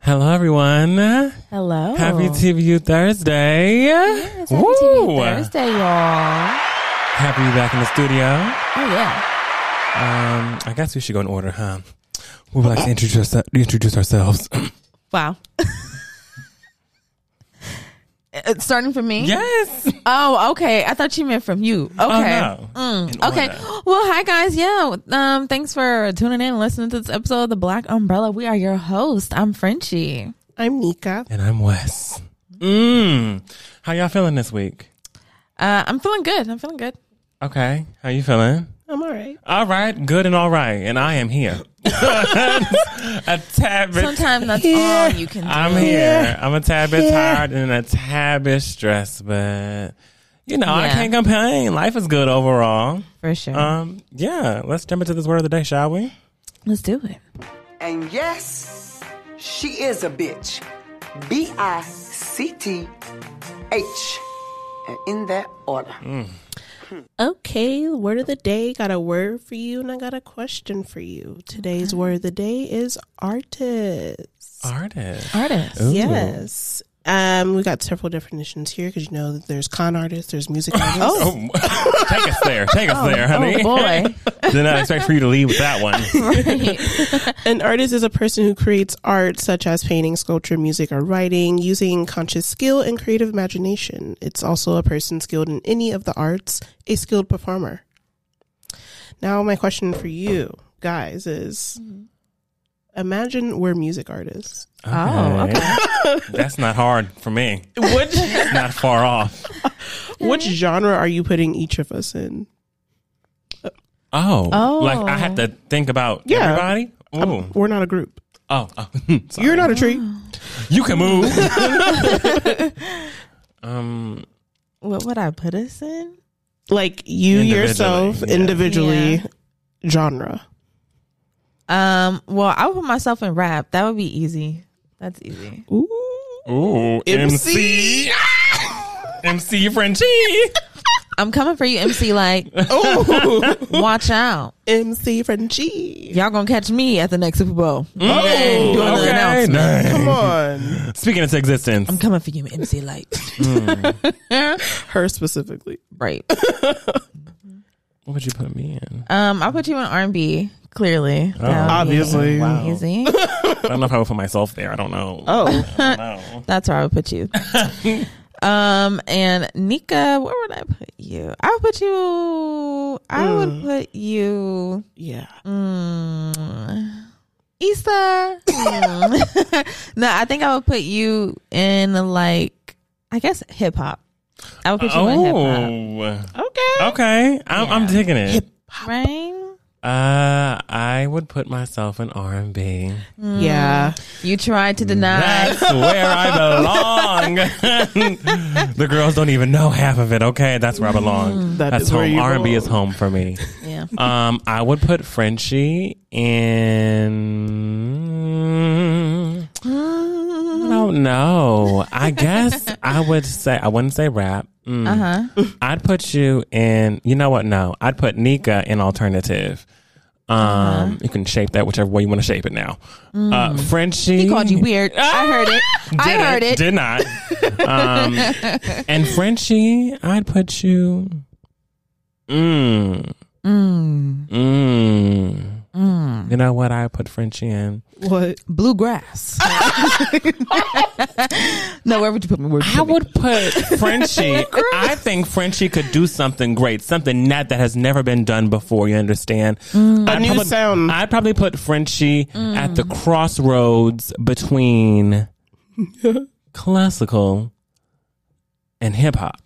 Hello, everyone. Hello. Happy TVU Thursday. Oh. Yes, happy TV Woo. Thursday, y'all. Happy to be back in the studio. Oh yeah. Um, I guess we should go in order, huh? We would like to introduce, ourse- introduce ourselves. Wow. Uh, Starting from me? yes. Oh, okay. I thought you meant from you. Okay. Oh, no. Mm, In Okay. order. Well, hi guys. Yeah. Um, thanks for tuning in and listening to this episode of The Black Umbrella. We are your host. I'm Frenchie. I'm Nika. And I'm Wes. Mm. How y'all feeling this week? Uh, I'm feeling good. I'm feeling good. Okay. How you feeling? I'm all right. All right. Good and all right. And I am here. a tad bit. Sometimes that's all you can do. I'm here. I'm a tad bit tired and a tad bit stressed, but you know, I Yeah. can't complain. Life is good overall. for sure. Um, yeah, let's jump into this word of the day, shall we? Let's do it. And yes, she is a bitch. B I C T H. And in that order. Okay, word of the day. Got a word for you, and I got a question for you. Today's word of the day is artist. Artist. Artist. Yes. Um, we got several definitions here because you know that there's con artists, there's music artists. Oh, take us there. Take us there, honey. Oh boy. Did not expect for you to leave with that one. An artist is a person who creates art such as painting, sculpture, music, or writing using conscious skill and creative imagination. It's also a person skilled in any of the arts, a skilled performer. Now, my question for you guys is imagine we're music artists. Oh, okay. That's not hard for me. What, It's not far off. what genre are you putting each of us in? Oh. Oh. Like I had to think about Yeah. everybody. Um, Ooh. We're not a group. Oh, oh. Sorry. You're not a tree. you can move. um What would I put us in? Like you Individually, yourself yeah. individually, Yeah. genre. Um, well, I would put myself in rap. That would be easy. That's easy. Ooh. Ooh, MC. MC. MC Frenchie. I'm coming for you, MC. Like, Oh, watch out. MC Frenchie. Y'all gonna catch me at the next Super Bowl. Oh, doing the announcement. nice. Come on. Speaking into existence. I'm coming for you, MC. Like, Her specifically. right. What would you put me in? Um, I put you in R&B. Clearly, That would be Obviously. Oh, Wow. easy. I don't know if I would put myself there. I don't know. Oh, I don't know. That's where I would put you. um, and Nika, where would I put you? I would put you. I would put you. yeah. Mm. Issa. Mm. no, I think I would put you in like I guess hip hop. I would put you in hip hop. Oh. Okay. Okay. I'm, I'm digging it. Right? Uh, I would put myself in R&B. Yeah. You tried to deny That's where I belong. the girls don't even know half of it. Okay, that's where I belong. That that's is where home. you R&B is belong. home for me. Yeah. um, I would put Frenchie in. I don't know. I guess I would say I wouldn't say rap. Mm. Uh-huh. I'd put you in. You know what? No, I'd put Nika in alternative. Um, Uh-huh. you can shape that whichever way you want to shape it now. Uh, Frenchie. Mm. He called you weird. I heard it. I Ah. Did heard it. Did not. Um, and Frenchie, I'd put you. Mm. Mm. Mm. Mm. You know what? I put Frenchie in. What? Bluegrass. no, where would you put me? Where would you I put me? would put Frenchie. I think Frenchie could do something great, something that that has never been done before. You understand? I'd Mm. A new probably, sound. I'd probably put Frenchie at the crossroads between classical and hip hop.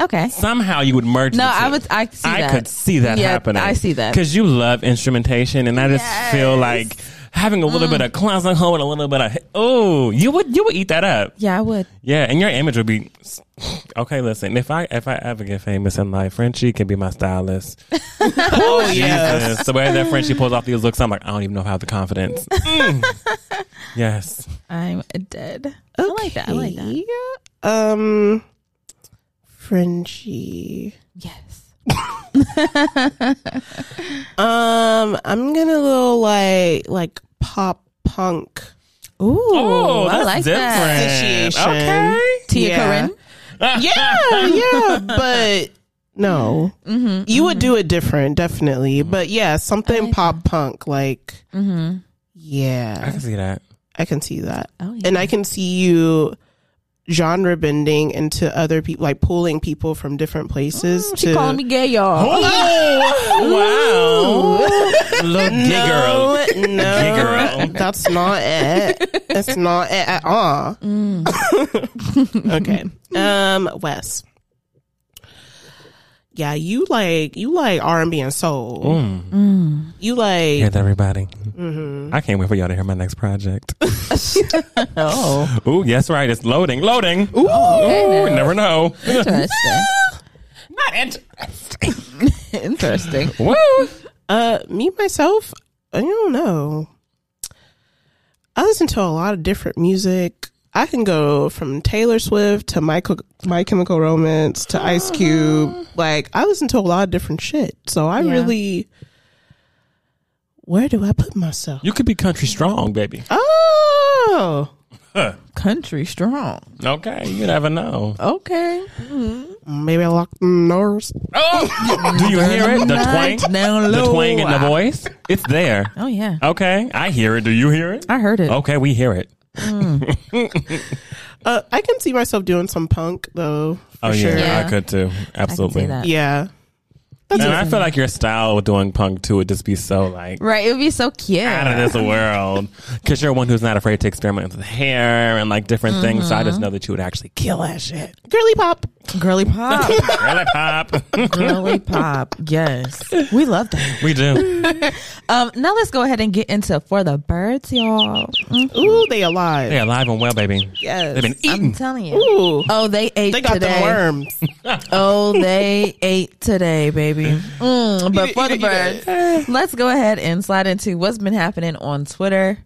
Okay. Somehow you would merge. No, the two. I would I see I that. could see that Yeah, happening. I see that. because you love instrumentation, and I just feel like having a little Uh. bit of classical and a little bit of oh, you would you would eat that up. Yeah, I would. Yeah, and your image would be okay. Listen, if I if I ever get famous in life, Frenchie can be my stylist. Oh, Jesus, the way that Frenchie pulls off these looks, I'm like, I don't even know if I have the confidence. Mm. yes, I'm dead. I like that. I like that. Um, Frenchie. Yes. Um, I'm gonna go like like pop punk. Ooh, Oh, that's I like that. different. Satiation. Okay. Tia Eh, Yeah. Corinne. yeah, yeah, but Mm-hmm, no, you would do it different, definitely. But yeah, something pop punk, like Mm-hmm. I yeah, can see that. I can see that, Oh, yeah. and I can see you genre bending into other people, like pulling people from different places Mm, She to calling me gay, y'all. Oh, wow. Little gigger. No, no, Giggle. that's not it. That's not it at all. Mm. okay. Um, Wes. Yeah, you like you like R and B and soul. Mm. You like Hear that, everybody. I can't wait for y'all to hear my next project. Oh, Ooh, yes, right. It's loading, loading. Ooh, okay, now. never know. interesting. Not interesting. interesting. Woo. uh me myself. I don't know. I listen to a lot of different music. I can go from Taylor Swift to Michael, My Chemical Romance to Ice Cube. Like I listen to a lot of different shit. So I Ah. Yeah. really, where do I put myself? You could be country strong, baby. Oh, Country strong. Okay, you never know. Okay. maybe I locked the doors. Oh, do you hear it? The twang, Down the low. twang in the voice. It's there. Oh yeah, Okay, I hear it. Do you hear it? I heard it. Okay, we hear it. Uh, I can see myself doing some punk though. For Oh sure. yeah, Yeah. Yeah. I could too. Absolutely. that. And I feel like your style with doing punk too would just be so like Right? It would be so cute. out of this world because you're one who's not afraid to experiment with hair and like different things. So I just know that you would actually kill that shit. girly pop. Girly pop. Really pop. Girly pop. Yes, we love that. we do. Um, now let's go ahead and get into for the birds, y'all. Mm, Ooh, they alive. They alive and well, baby. Yes. They've been I'm eating. telling you. Ooh, Oh, they ate they got today. the worms. Oh, they ate today, baby. Mm, but it, for the eat it, birds, let's go ahead and slide into what's been happening on Twitter.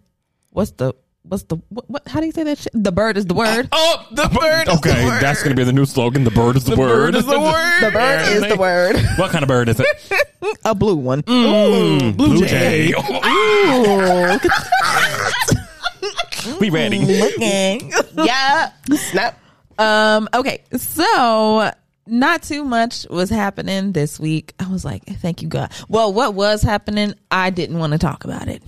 What's the what's the what, what how do you say that shit? The bird is the word. Oh, the bird. is Okay, the word. that's gonna be the new slogan. The bird is the, word. is the word. The bird is the word. What kind of bird is it? A blue one. Mm. Blue, jay. Oh, we ready. Mm-hmm. yeah. Snap. Um, okay, so not too much was happening this week. I was like, thank you, God. Well, what was happening, I didn't want to talk about it.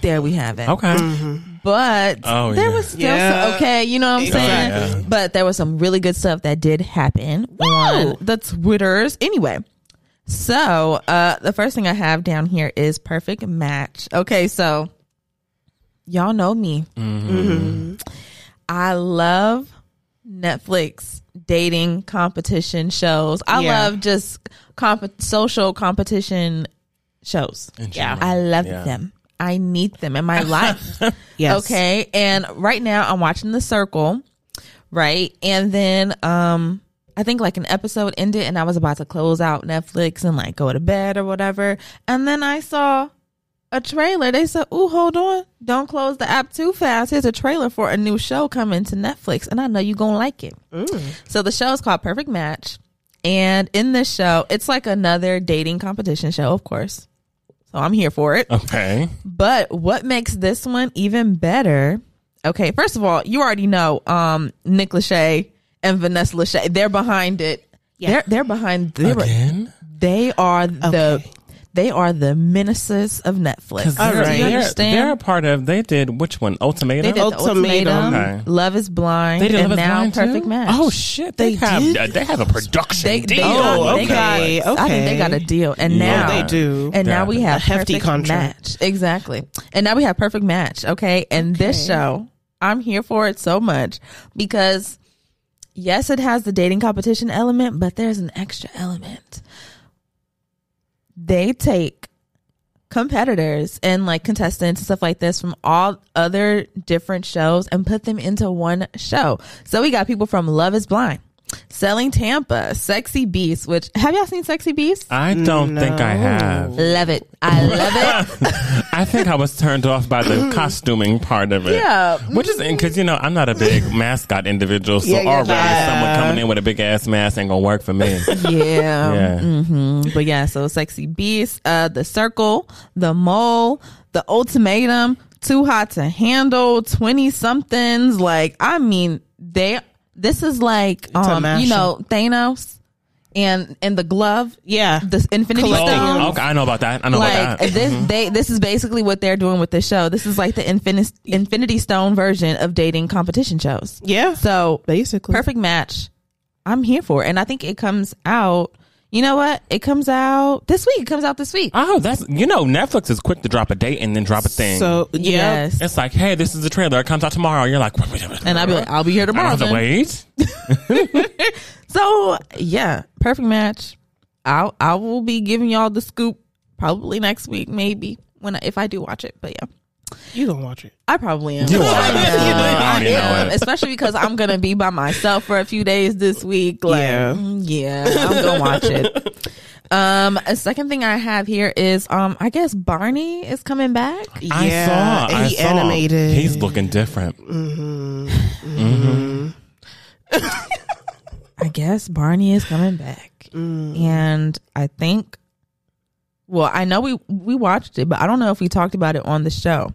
There we have it. Okay. But Oh, there yeah. was still Yeah. some, okay, you know what I'm saying? Exactly. Yeah. But there was some really good stuff that did happen on the Twitters. Anyway, so uh the first thing I have down here is perfect match. Okay, so y'all know me. Mm-hmm. Mm-hmm. I love Netflix dating competition shows. I Yeah. love just comp- social competition shows. Yeah, I love Yeah. them. I need them in my life. Yes. Okay. And right now I'm watching The Circle, right? And then um I think like an episode ended and I was about to close out Netflix and like go to bed or whatever. And then I saw a trailer. They said, "Ooh, hold on. Don't close the app too fast. Here's a trailer for a new show coming to Netflix and I know you're going to like it." So the show is called Perfect Match. And in this show, it's like another dating competition show, of course. So I'm here for it. Okay. But what makes this one even better? Okay, first of all, you already know um Nick Lachey and Vanessa Lachey. They're behind it. They're they're behind they were- Again. they are the they are the menaces of Netflix. All Do you They're, understand? they're a part of. They did which one? Ultimatum. they did the Ultimatum. ultimatum, Okay. Love is blind, They did and Love Is now Blind, perfect too? match. Oh shit! Oh, They, They have did? uh, they have a production they, they deal. got, they got- okay, I think they okay. got a deal, and Yeah. now Oh, They do. And now we have A hefty perfect contract. match. Exactly. And now we have perfect match. Okay. And this show, I'm here for it so much because yes, it has the dating competition element, but there's an extra element. They take competitors and like contestants and stuff like this from all other different shows and put them into one show. So we got people from Love is Blind, Selling Tampa, Sexy Beast, which have y'all seen Sexy Beast? I don't think I have. Love it. I love it. I think I was turned off by the costuming part of it. Yeah. Which is because you know I'm not a big mascot individual, so Yeah, yeah, already yeah. someone coming in with a big ass mask ain't gonna work for me. Yeah. Yeah. But yeah, so Sexy Beast, uh, The Circle, The Mole, The Ultimatum, too hot to handle, 20 somethings. Like, I mean, they, this is like, a um, you mashup. know, Thanos and, and the glove, Yeah. the Oh, Infinity Collecting Stones. them. okay, I know about that. I know about Like that. Mm-hmm. this, they this is basically what they're doing with this show. This is like the Infinity Infinity Stone version of dating competition shows. yeah. So Basically. perfect match. I'm here for it. And I think it comes out. You know what? It comes out this week. It comes out this week. Oh, that's you know Netflix is quick to drop a date and then drop a thing. So yeah. Yes. it's like, hey, this is the trailer. It comes out tomorrow. You're like, And I'll be like, I'll be here I don't tomorrow. have to then. wait. So yeah, perfect match. I'll I will be giving y'all the scoop probably next week, maybe when I, if I do watch it. But yeah, You gonna watch it. I probably am. You are. I am. I already I am. know it. Especially because I'm gonna be by myself for a few days this week. Like, Yeah. mm, yeah, I'm gonna watch it. Um, a second thing I have here is um, I guess Barney is coming back. I Yeah, saw. and I he saw. animated. He's looking different. I guess Barney is coming back, and I think. Well, I know we we watched it, but I don't know if we talked about it on the show.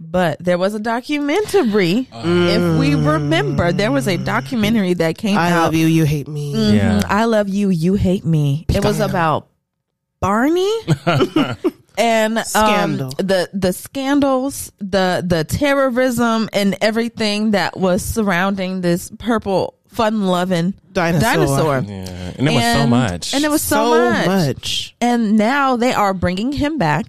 But there was a documentary. If we remember, there was a documentary that came I out. love you. You hate me. Yeah. Mhm. I love you. You hate me. It was about Barney and um, Scandal. the the scandals, the the terrorism, and everything that was surrounding this purple fun loving Dinosaur. Yeah, and there was so much. and it was so, so much. much. And now they are bringing him back.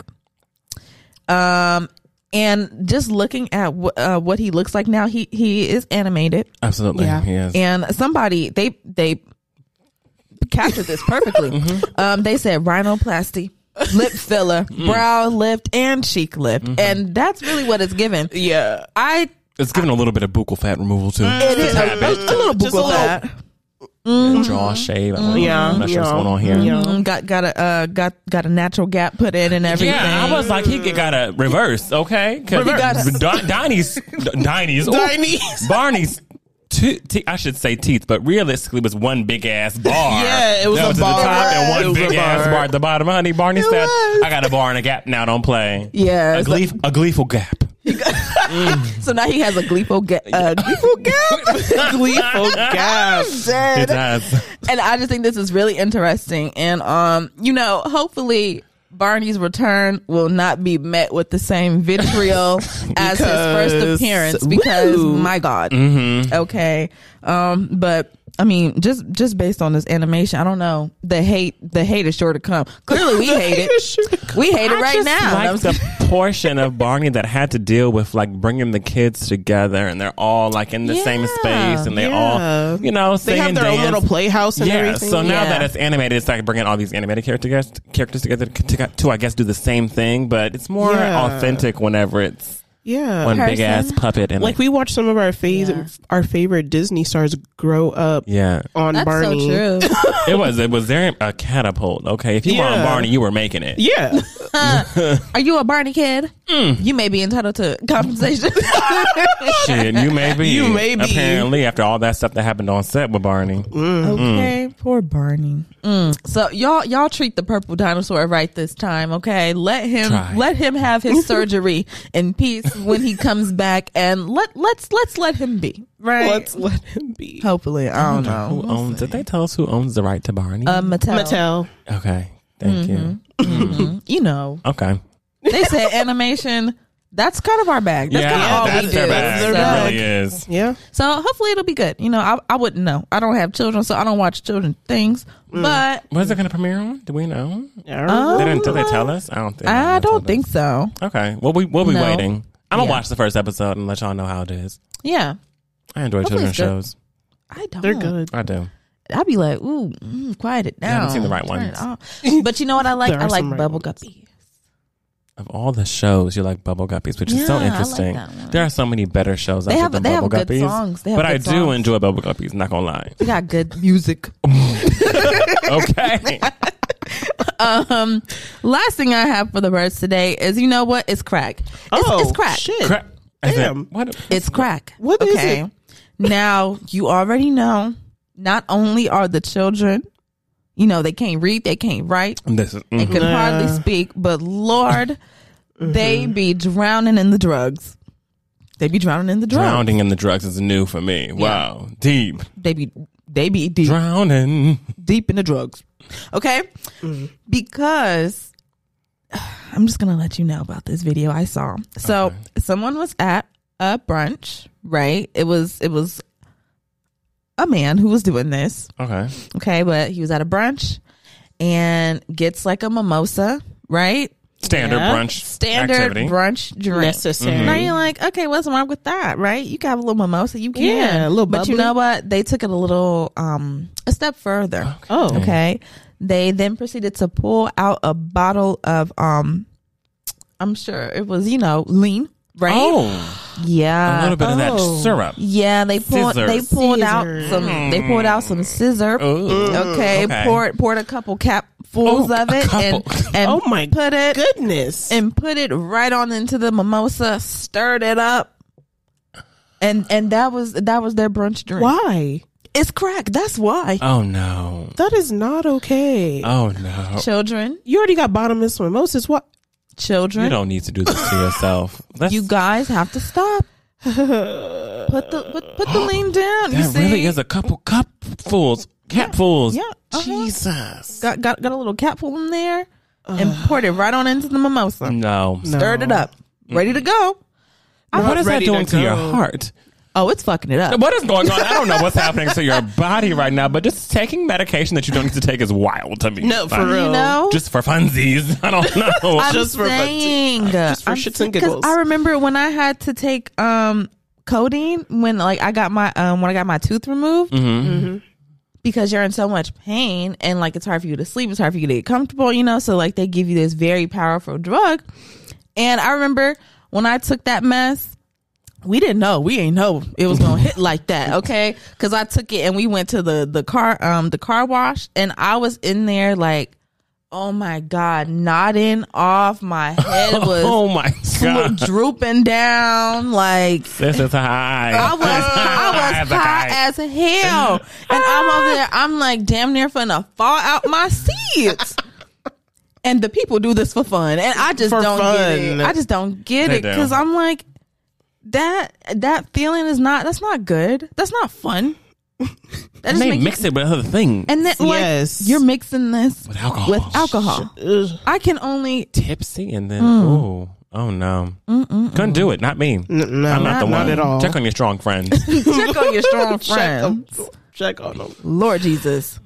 Um, and just looking at wh- uh, what he looks like now, he he is animated. absolutely. Yeah. He is. And somebody they they captured this perfectly. um, they said rhinoplasty, lip filler, brow lift, and cheek lift, and that's really what it's given. Yeah. I It's giving a little bit of bucal fat removal too. it is a, Uh, a little Just a buckle little- that Jaw shave. I don't- Yeah. I'm not sure what's yeah. going on here. Yeah. Mm, got got a uh, got got a natural gap put in and everything. Yeah, I was like, he got a reverse, okay? Cause Reverse. Don- Donnie's, Donnie's, ooh, Donnie's. Barney's. Two, te- I should say teeth, but realistically, it was one big ass bar. Yeah, it was that a was bar. At the top It and one was a big ass bar. bar at the bottom. Honey, Barney said, was. "I got a bar and a gap. Now don't play." Yeah, a, so- gleef- a gleeful gap. So now he has a gleeful gap. Uh, gleeful gap. Gleeful gap. It does. and I just think this is really interesting. And um, you know, hopefully Barney's return will not be met with the same vitriol as his Because- first appearance because Woo. my God. Okay. Um, but I mean, just just based on this animation, I don't know. The hate the hate is sure to come. Clearly we hate it. We hate it I right just now. like I'm- the portion of Barney that had to deal with like bringing the kids together, and they're all like in the same Yeah, space, and they yeah. all, you know, sing They have and their dance. own little playhouse and yeah. everything. So now Yeah. that it's animated, it's like bringing all these animated characters characters together to, to, I guess do the same thing, but it's more Yeah. authentic whenever it's yeah. one big Person. ass puppet and like we watch some of our fav- Yeah. our favorite Disney stars grow up Yeah, on That's Barney. so true. it was. It was there a catapult. Okay, if you were on Yeah. Barney, you were making it. Yeah, Are you a Barney kid? You may be entitled to compensation. Shit, you may be. You may be. Apparently, after all that stuff that happened on set with Barney, Okay, poor Barney. Mm. So y'all y'all treat the purple dinosaur right this time, okay? Let him Try. let him have his surgery in peace when he comes back and let let's let's let him be. Right. let's let him be. Hopefully. I don't know. who owns? Did they tell us who owns the right to Barney? Uh, Mattel. Mattel. Okay. Thank you. Mm-hmm. You know. Okay. They said animation that's kind of our bag. That's kind of all we do. Their It bag. So, really is. Yeah, so hopefully it'll be good. You know, I, I wouldn't know. I don't have children, so I don't watch children things. But When's it going to premiere on? Do we know? Yeah. They didn't, did they tell us? I don't think. Uh, I they told don't think us. so. Okay. Well, we, we'll be No. waiting. I'm going Yeah. to watch the first episode and let y'all know how it is. Yeah. I enjoy Hopefully children's it's shows. I don't. they're good. I do. I'd be like, ooh, mm, quiet it down. I haven't seen the right Turn ones. it off. But you know what I like? There I are like some right bubble ones. guppy. Of all the shows, you like Bubble Guppies, which is Yeah, I so like interesting. that one. there are so many better shows They out there have- than they have Bubble good Guppies. songs. They have but I good do songs. enjoy Bubble Guppies, not going to lie. We got good music. Okay. Um, Last thing I have for the birds today is you know what? It's crack. It's, Oh, it's crack. Shit. Crap. I said, Damn. What? It's crack. What is it? Now you already know. Not only are the children, you know, they can't read, they can't write, This is. they mhm. can hardly speak, but Lord, Mm-hmm. They be drowning in the drugs. They be drowning in the drugs. Drowning in the drugs is new for me. Wow. Deep. They be they be deep Drowning. deep in the drugs. Okay? Because I'm just gonna let you know about this video I saw. So someone was at a brunch, right? It was it was a man who was doing this. Okay. Okay, but he was at a brunch and gets like a mimosa, right? Standard Yeah. brunch Standard activity. brunch drink. Necessary. Now you're like, okay, what's wrong with that, right? You can have a little mimosa, you can. Yeah, a little But you bubbly. know what? They took it a little um a step further. Mm. Oh, Okay. They then proceeded to pull out a bottle of um I'm sure it was, you know, lean, right? Oh, yeah. a little bit of that Oh. syrup. Yeah, they pulled Scissor. they pulled out Scissor. some they pulled out some scissor. Ooh. Okay, Mm. Oh, okay. poured poured a couple capfuls Ooh, of a it and couple. and Oh my put it goodness. and put it right on into the mimosa, stirred it up. And and that was that was their brunch drink. Why? It's crack. That's why. Oh no. That is not okay. Oh no. children, you already got bottomless mimosas. What? You children, don't need to do this to yourself. That's, you guys have to stop. put the put, put the lean down. you that see, really is a couple cupfuls, capfuls. yeah. uh-huh. Jesus. Got, got got a little capful in there and poured it right on into the mimosa. Mm. No. Stirred it up, ready to go. What is that ready to doing to, your go. heart? Oh, it's fucking it up. What is going on? I don't know what's happening to your body right now, but just taking medication that you don't need to take is wild to me. No, for Like, real. You know, Just for funsies. I don't know. I'm just for funsies. saying, Just for I'm shits and saying- 'cause giggles. I remember when I had to take um codeine when like I got my um when I got my tooth removed. Mm-hmm. Because you're in so much pain and like it's hard for you to sleep, it's hard for you to get comfortable, you know. So like they give you this very powerful drug, and I remember when I took that mess, we didn't know. We ain't know it was gonna hit like that. Okay, because I took it and we went to the the car um the car wash and I was in there like, oh my god, nodding off. My head was oh my dro- god. drooping down. Like This is high. I was I was As a guy. high as hell, and I'm over there. I'm like damn near finna fall out my seat. And the people do this for fun, and I just For don't get it. fun. I just don't get They it do. because I'm like that. That feeling is not. That's not good. That's not fun. That And just they make you- mix it with other things. and then like Yes. you're mixing this With alcohol. with alcohol. Mm. Ugh. I can only tipsy and then oh oh no couldn't do it not me no, i'm not the not one at all. check on your strong friends check on your strong Check on, friend. check on them. Lord Jesus.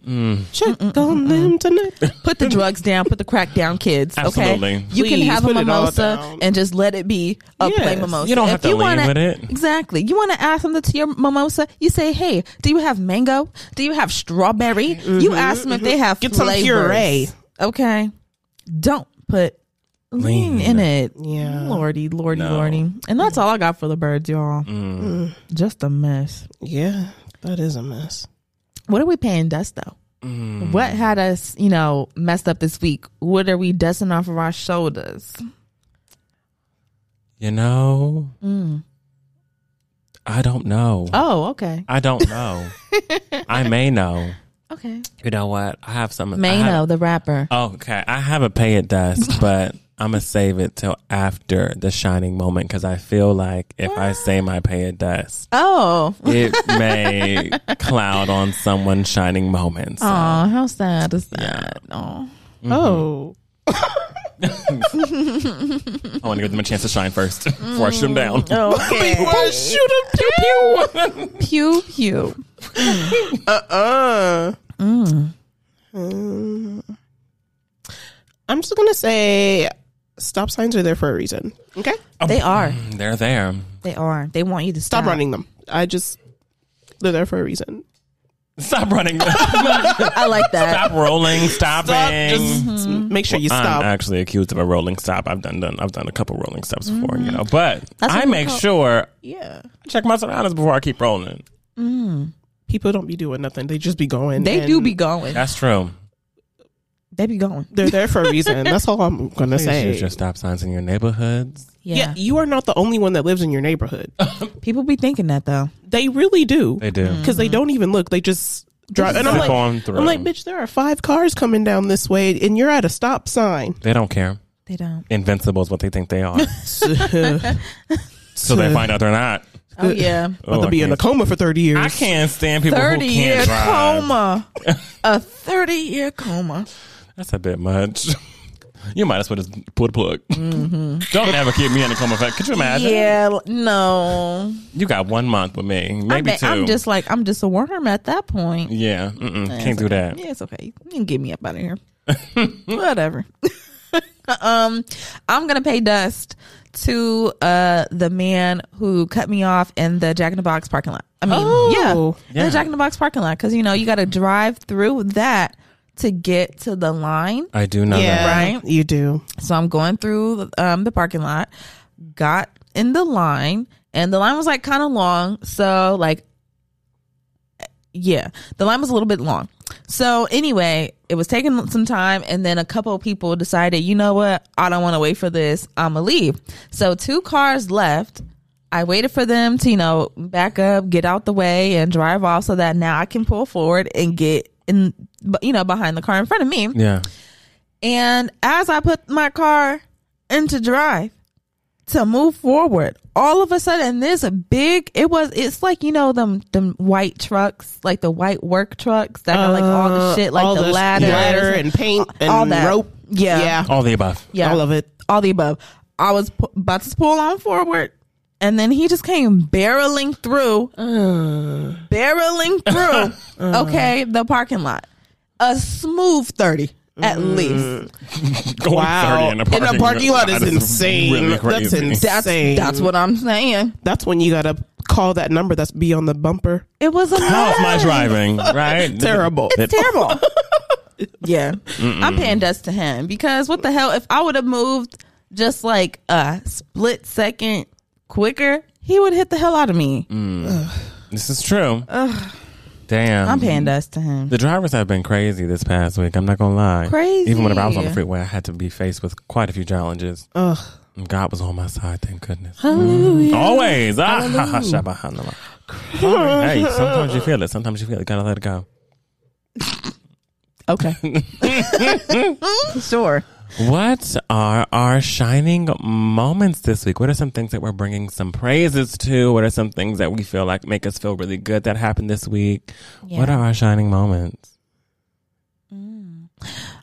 Check on them tonight. Put the drugs down. Put the crack down, kids. Absolutely. Okay, you can Please, have a put it all mimosa down. and just let it be a Yes. plain mimosa. You don't If have to lean wanna- with it. Exactly. You want to add something to your mimosa? You say, "Hey, do you have mango? Do you have strawberry?" You ask them if they have Mm-hmm. Get some flavors. puree. Okay. Don't put lean, Lean. in it. Yeah. Lordy, lordy, No. Mm. lordy. And that's all I got for the birds, y'all. Just a mess. Yeah, that is a mess. What are we paying dust though? What had us, you know, messed up this week? What are we dusting off of our shoulders? you know i don't know Mm. Oh, okay. i don't know i may know Okay. you know what i have something I have- Mano, the rapper. okay i have a pay it dust but i'm gonna save it till after the shining moment because i feel like if i say my pay it dust Oh. it may cloud on someone's shining moments. Uh-huh. Oh, how sad is that? Oh. Oh, I want to give them a chance to shine first before I shoot them down. Mm. Okay. shoot them down. pew pew. Uh. Mm. Mm. I'm just gonna say, stop signs are there for a reason. Okay, They are. They're there. They are. They want you to stop, stop running them. I just they're there for a reason. Stop running. I like that. stop rolling. Stopping. Stop. Just Mm-hmm. make sure you I'm uh, stop. actually accused of a rolling stop. I've done done. I've done a couple rolling stops before, Mm. you know. But That's what I we make call- sure yeah. I check my surroundings before I keep rolling. People don't be doing nothing. They just be going. Mm. They and do be going. That's true. They be going. They're there for a reason. That's all I'm gonna Please say. use your stop signs in your neighborhoods. yeah, Yeah. you are not the only one that lives in your neighborhood. People be thinking that though. They really do They do. because Mm-hmm. they don't even look. They just drive. Mm. And I'm Zip like, on through. I'm like, bitch. There are five cars coming down this way, and you're at a stop sign. They don't care. They don't. Invincible is what they think they are. so they find out they're not. Oh yeah. Oh, About I to be in a can't- coma for 30 years. I can't stand people who 30 year can't drive. coma. a 30 year coma. That's a bit much. You might as well just pull the plug. Don't ever keep me in the coma. Fact. Could you imagine? Mm-hmm. Yeah, l- no. You got one month with me, I maybe bet two. I'm just like I'm just a worm at that point. yeah. Mm-mm, can't it's do okay. that. Yeah, it's okay. You can get me up out of here. Whatever. um, I'm gonna pay dust to uh the man who cut me off in the Jack in the Box parking lot. I mean, Oh. yeah, in Yeah. the Jack in the Box parking lot because you know you got to drive through that to get to the line. I do know that. yeah, Right? You do. So I'm going through um, the parking lot, got in the line, and the line was like kind of long. So, like, yeah, the line was a little bit long. So, anyway, it was taking some time, and then a couple of people decided, you know what? I don't want to wait for this. I'm going to leave. So, two cars left. I waited for them to, you know, back up, get out the way, and drive off so that now I can pull forward and get in, you know, behind the car in front of me. Yeah. And as I put my car into drive to move forward, all of a sudden there's a big it was it's like you know them them white trucks, like the white work trucks that got like all the Uh, shit like all the this ladder, ladder and paint and all that. rope. Yeah. Yeah. All the above. yeah, All of it. all the above. I was pu- about to pull on forward and then he just came barreling through Uh. barreling through okay, the parking lot. A smooth 30 at Mm, least. Going Wow. 30 in a parking, lot is insane. really that's crazy. That's insane. that's what I'm saying. That's when you gotta call that number that's be on the bumper. It was a How's my mess. driving? Right? Terrible. That- Terrible. yeah, I'm paying dust to him because what the hell? If I would have moved just like a split second quicker, he would hit the hell out of me. This is true. Damn. I'm paying dust to him. The drivers have been crazy this past week. I'm not gonna lie. Crazy. Even whenever I was on the freeway, I had to be faced with quite a few challenges. Ugh. And God was on my side, thank goodness. Always. Ah, ha, ha, shabba, ha, nama. Hey, sometimes you feel it. Sometimes you feel it. Gotta let it go. Okay, sure. What are our shining moments this week? What are some things that we're bringing some praises to? What are some things that we feel like make us feel really good that happened this week? What are our shining moments?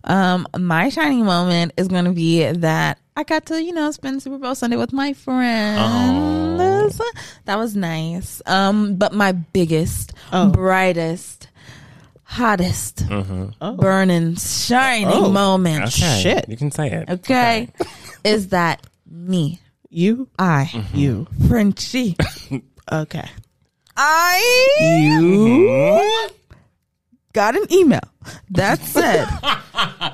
Um, my shining moment is going to be that I got to, you know, spend Super Bowl Sunday with my friends. That was nice. Um, but my biggest, Oh. brightest, hottest, burning, shining moment, Mm-hmm. Oh. Okay, Shit. You can say it. okay, is that me, You, Mm-hmm. I, you, Mm. Frenchie, okay, I you. got an email that said, "Hey Don't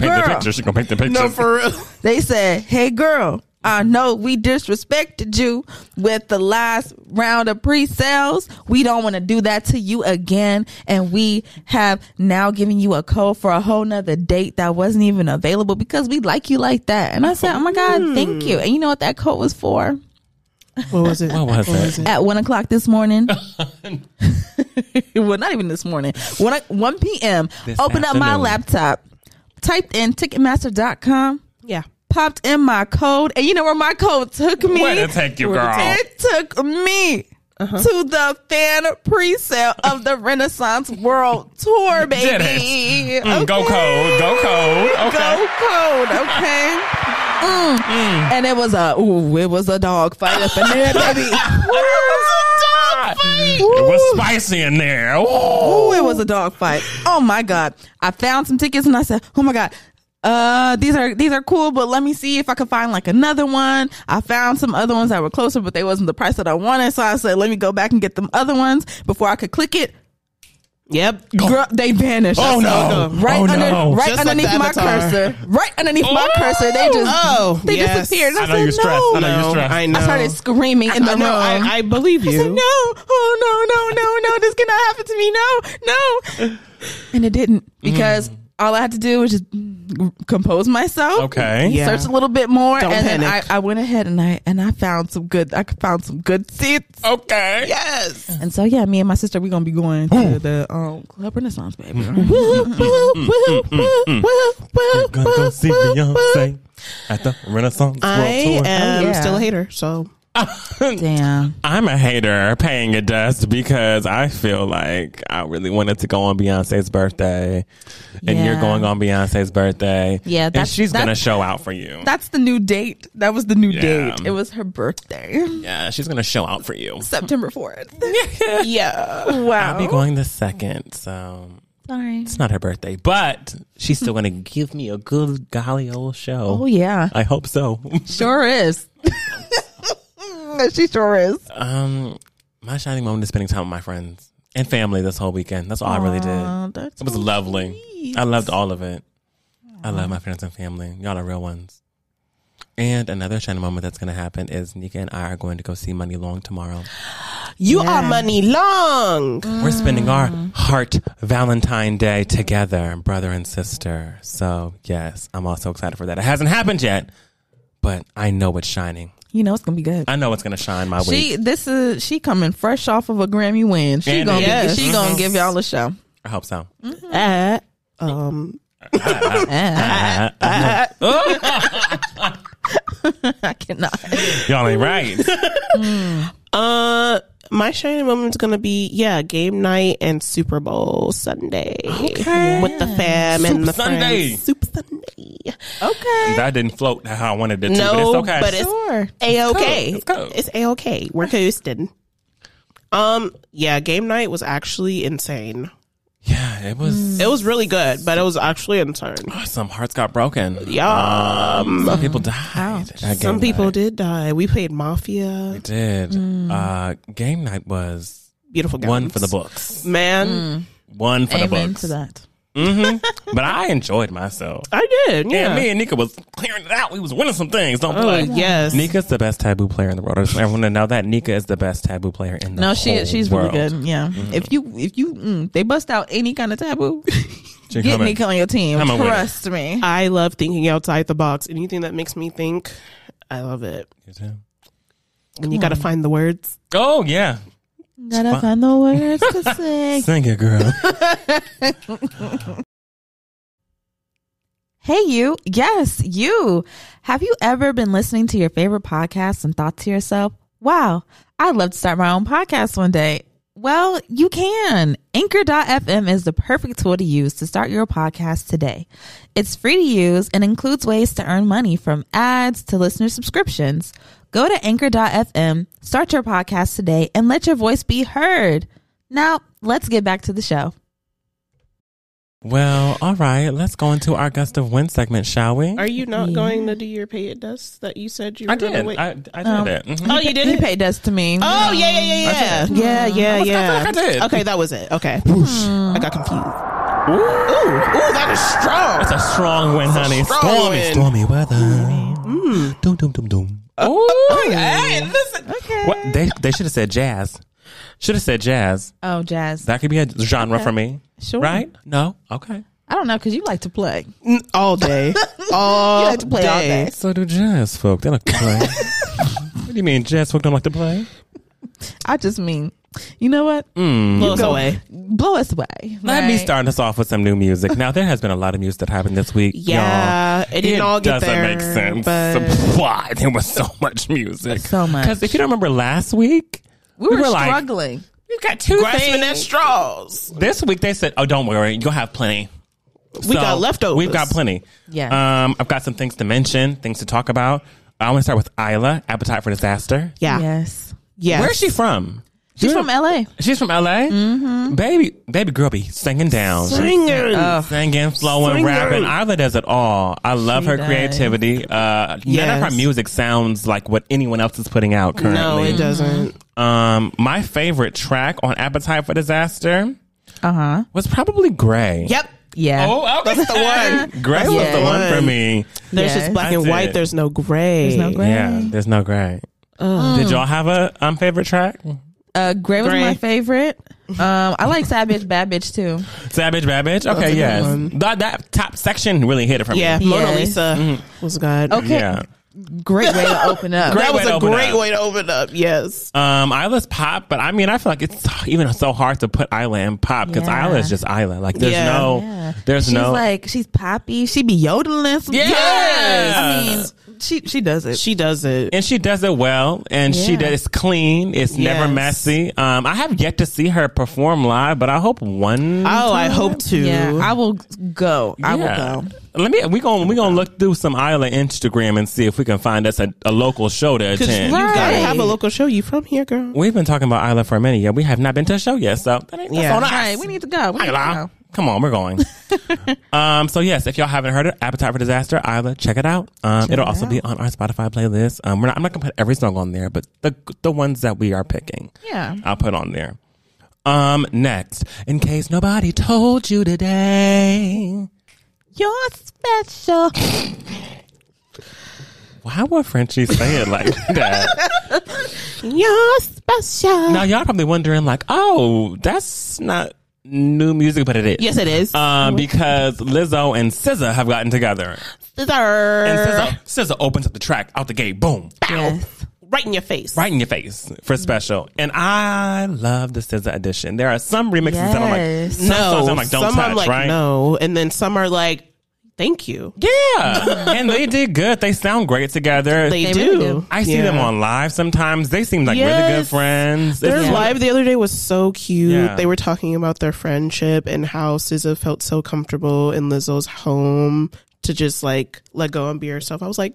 paint the girl, picture. She gonna paint the picture. No, for real. They said, "Hey girl, I know we disrespected you with the last round of pre-sales. We don't want to do that to you again, and we have now given you a code for a whole nother date that wasn't even available because we like you like that." And I said, "Oh my god, thank you." And you know what that code was for? What was it? What was it? At one o'clock this morning. well, not even this morning. One o- one p.m. This Open up my afternoon. laptop, typed in Ticketmaster.com Yeah. popped in my code, and you know where my code took me? Where to take you, girl? It took me to the fan pre-sale of the Renaissance World Tour, Did it. baby. Mm, Go cold. Okay. Go cold. Okay. Go cold, okay. Mm. And it was a ooh, it was a dog fight up in there, baby. Ah, It was spicy in there. Ooh. Ooh, it was a dog fight. Oh my god. I found some tickets and I said, "Oh my god. Uh these are these are cool, but let me see if I can find like another one." I found some other ones that were closer, but they wasn't the price that I wanted, so I said, "Let me go back and get them other ones before I could click it." Yep. Girl, they vanished. Oh, no. Right Oh, under no. right Just like underneath the my Avatar. cursor. Right underneath my Oh. cursor, they just Oh, they yes. disappeared. And I, I know said, you're stressed. I "No." know you're stressed. I know. I started screaming in the I know. room. I, I believe you. I said, no, oh no, no, no, no, this cannot happen to me. No, no. And it didn't because all I had to do was just compose myself. Okay. Yeah. Search a little bit more, Don't and then I, panic. I went ahead and I and I found some good. I found some good seats, Okay. Yes. and so yeah, me and my sister we gonna be going to the um, Club Renaissance, baby. Mm-hmm. Woo, woo, woo, woo, woo, woo, Gonna go woo, see woo, woo. Beyonce at the Renaissance I World Tour. am Oh, yeah. still a hater, so Damn. I'm a hater paying it dust because I feel like I really wanted to go on Beyonce's birthday, and you're Yeah. going on Beyonce's birthday. Yeah, and that's- she's gonna that's- show out for you. That's the new date. That was the new Yeah. date. It was her birthday, Yeah, she's gonna show out for you. September fourth. yeah. I'll be wow. going the second, so Sorry. it's not her birthday, but she's still gonna give me a good golly old show. Oh yeah, I hope so. sure is. she sure is. um, my shining moment is spending time with my friends and family this whole weekend. That's all I really did. Aw, Uh, that's It was so lovely. sweet. I loved all of it. I love my friends and family. Y'all are real ones. And another shining moment that's going to happen is Nika and I are going to go see Money Long tomorrow. You Yeah. are money long. We're spending our Mm. heart Valentine Day together, brother and sister. So, yes, I'm also excited for that. It hasn't happened yet, but I know it's shining. You know it's gonna be good. I know it's going to shine my week. She this is she coming fresh off of a Grammy win. She And Mm-hmm. gonna be- yes. she gonna give y'all a show. I hope so. Uh, um, Ah, I cannot. Y'all ain't right. uh, my shining moment's gonna be yeah, game night and Super Bowl Sunday okay. with the fam Soup and the Sunday. friends. Soup Sunday. Okay. that didn't float how I wanted it to, No, but it's okay. but it's Sure. A okay. It's cool. It's a okay. We're coasting. Um, yeah, game night was actually insane. yeah, it was It was really good, but it was actually insane. some hearts got broken. Yeah, Some people died. at some game people Mm. night. did die. We played Mafia. did. Uh, game night was Beautiful Mm. game. one for the books. Man, One for the Amen books. to that. Mm-hmm. but I enjoyed myself. I did. Yeah. And me and Nika was clearing it out. We was winning some things. Don't Oh, play. yes. Nika's the best taboo player in the world. I just want everyone to know that Nika is the best taboo player in the No, she whole she's world. Mm-hmm. really good. Yeah. If you if you mm, they bust out any kind of taboo, She get coming. Nick on your team. I'm a winner. Trust me. I love thinking outside the box. Anything that makes me think, I love it. You too. When you got to find the words. Oh yeah, Gotta find the words to say. sing it, girl. Hey, you. Yes, you. Have you ever been listening to your favorite podcast and thought to yourself, wow, I'd love to start my own podcast one day? Well, you can. Anchor.fm is the perfect tool to use to start your podcast today. It's free to use and includes ways to earn money from ads to listener subscriptions. Go to anchor.fm, start your podcast today, and let your voice be heard. Now, let's get back to the show. well, all right. Let's go into our gust of wind segment, shall we? Are you not going to do your pay it dust that you said you were I going did. to I, wait? I did it. Mhm. oh, you did He it? paid us to me. Oh, yeah, yeah, yeah, yeah. Yeah, yeah, yeah. I did. Okay, that was it. Okay. I got confused. Ooh, ooh, that is strong. It's a strong wind, honey. Oh. strong stormy, wind. stormy weather. Doom, doom, doom, doom. Ooh, Oh, hey, listen. Okay. What they they should have said jazz. Should have said jazz. Oh, jazz. That could be a genre for me. Sure. Right? No. Okay. I don't know because you like to play. Mm, All day. All You like to play all day. So do jazz folk. They like to play. what do you mean jazz folk don't like to play? I just mean, you know what? Blow us Mm-hmm. away. Blow us away. Let me right? start us off with some new music. Now there has been a lot of music that happened this week. Yeah, y'all. it didn't all get doesn't there, make sense. but- Why there was so much music? So much. Because if you don't remember last week, We were, we were like- struggling. you got two Grasping at things. straws. This week they said, "Oh, don't worry, you'll have plenty." We got leftovers. We've got plenty. Yeah. Um, I've got some things to mention, things to talk about. I want to start with Isla, Appetite for Disaster. Yeah. yeah. Yes. Yes. Where's she from? She's from LA. She's from LA. Mm-hmm. Baby, baby girl be singing down, Singing. singing, flowing, Singing. rapping. Isla does it all. I love She her does. creativity. Uh, None of Yes. her music sounds like what anyone else is putting out currently. no, it doesn't. Um, my favorite track on Appetite for Disaster Uh huh. was probably Gray. Yep. Yeah. Oh, okay. That's the one. Gray was That's the the one for one. me. There's Yes. just black That's and white. it. There's no gray. There's no gray. Yeah, there's no gray. Did y'all have a um favorite track? Uh, Gray was Gray. my favorite. Um, I like Sad Bitch, Bad Bitch too. Savage Babbage. Okay, yes. That, that top section really hit it for me. Yeah, Yes. Mona Lisa Mm-hmm. was good. Okay, Yeah. great way to open up. Great that way was to a open great up. way to open up. Yes, Um, Isla's pop, but I mean, I feel like it's even so hard to put Isla in pop because Yeah. Isla's just Isla. Like, there's Yeah. no, Yeah. there's she's no. like she's poppy. She be yodeling. Some Yes! I mean, she she does it. she does it. and she does it well, and she Yeah. does it's clean. It's never Yes. messy. Um, I have yet to see her perform live, but I hope one. Oh, I hope to. yeah, I will go. I will go. Let me. We gonna we gonna look through some Isla Instagram and see if we can find us a, a local show to Because attend. you gotta Right. have a local show. You from here, girl? We've been talking about Isla for a minute. Yeah, we have not been to a show yet, so that ain't, that's Yeah. on us. Right, we need to go. We need to Isla, go. come on, we're going. um, so yes, if y'all haven't heard it, Appetite for Disaster, Isla, check it out. Um, it'll it also out. be on our Spotify playlist. Um, we're not, I'm not gonna put every song on there, but the the ones that we are picking, Yeah. I'll put on there. Um, next, in case nobody told you today, You're special. why would Frenchie say it like that? You're special. now y'all probably wondering, like, oh, that's not new music, but it is. Yes, it is. Um, because Lizzo and SZA have gotten together. And SZA, SZA opens up the track out the gate, boom, Yes. right in your face. right in your face for special. And I love the SZA edition. There are some remixes that I'm like, Yes. some songs I'm like, don't some touch, are like right? no, and then some are like, thank you. Yeah, and they did good. They sound great together. They, They do. really do. I see Yeah. them on live sometimes. They seem like really good Yes. friends. Their It's- live the other day was so cute. Yeah. They were talking about their friendship and how SZA felt so comfortable in Lizzo's home to just like let go and be herself. I was like,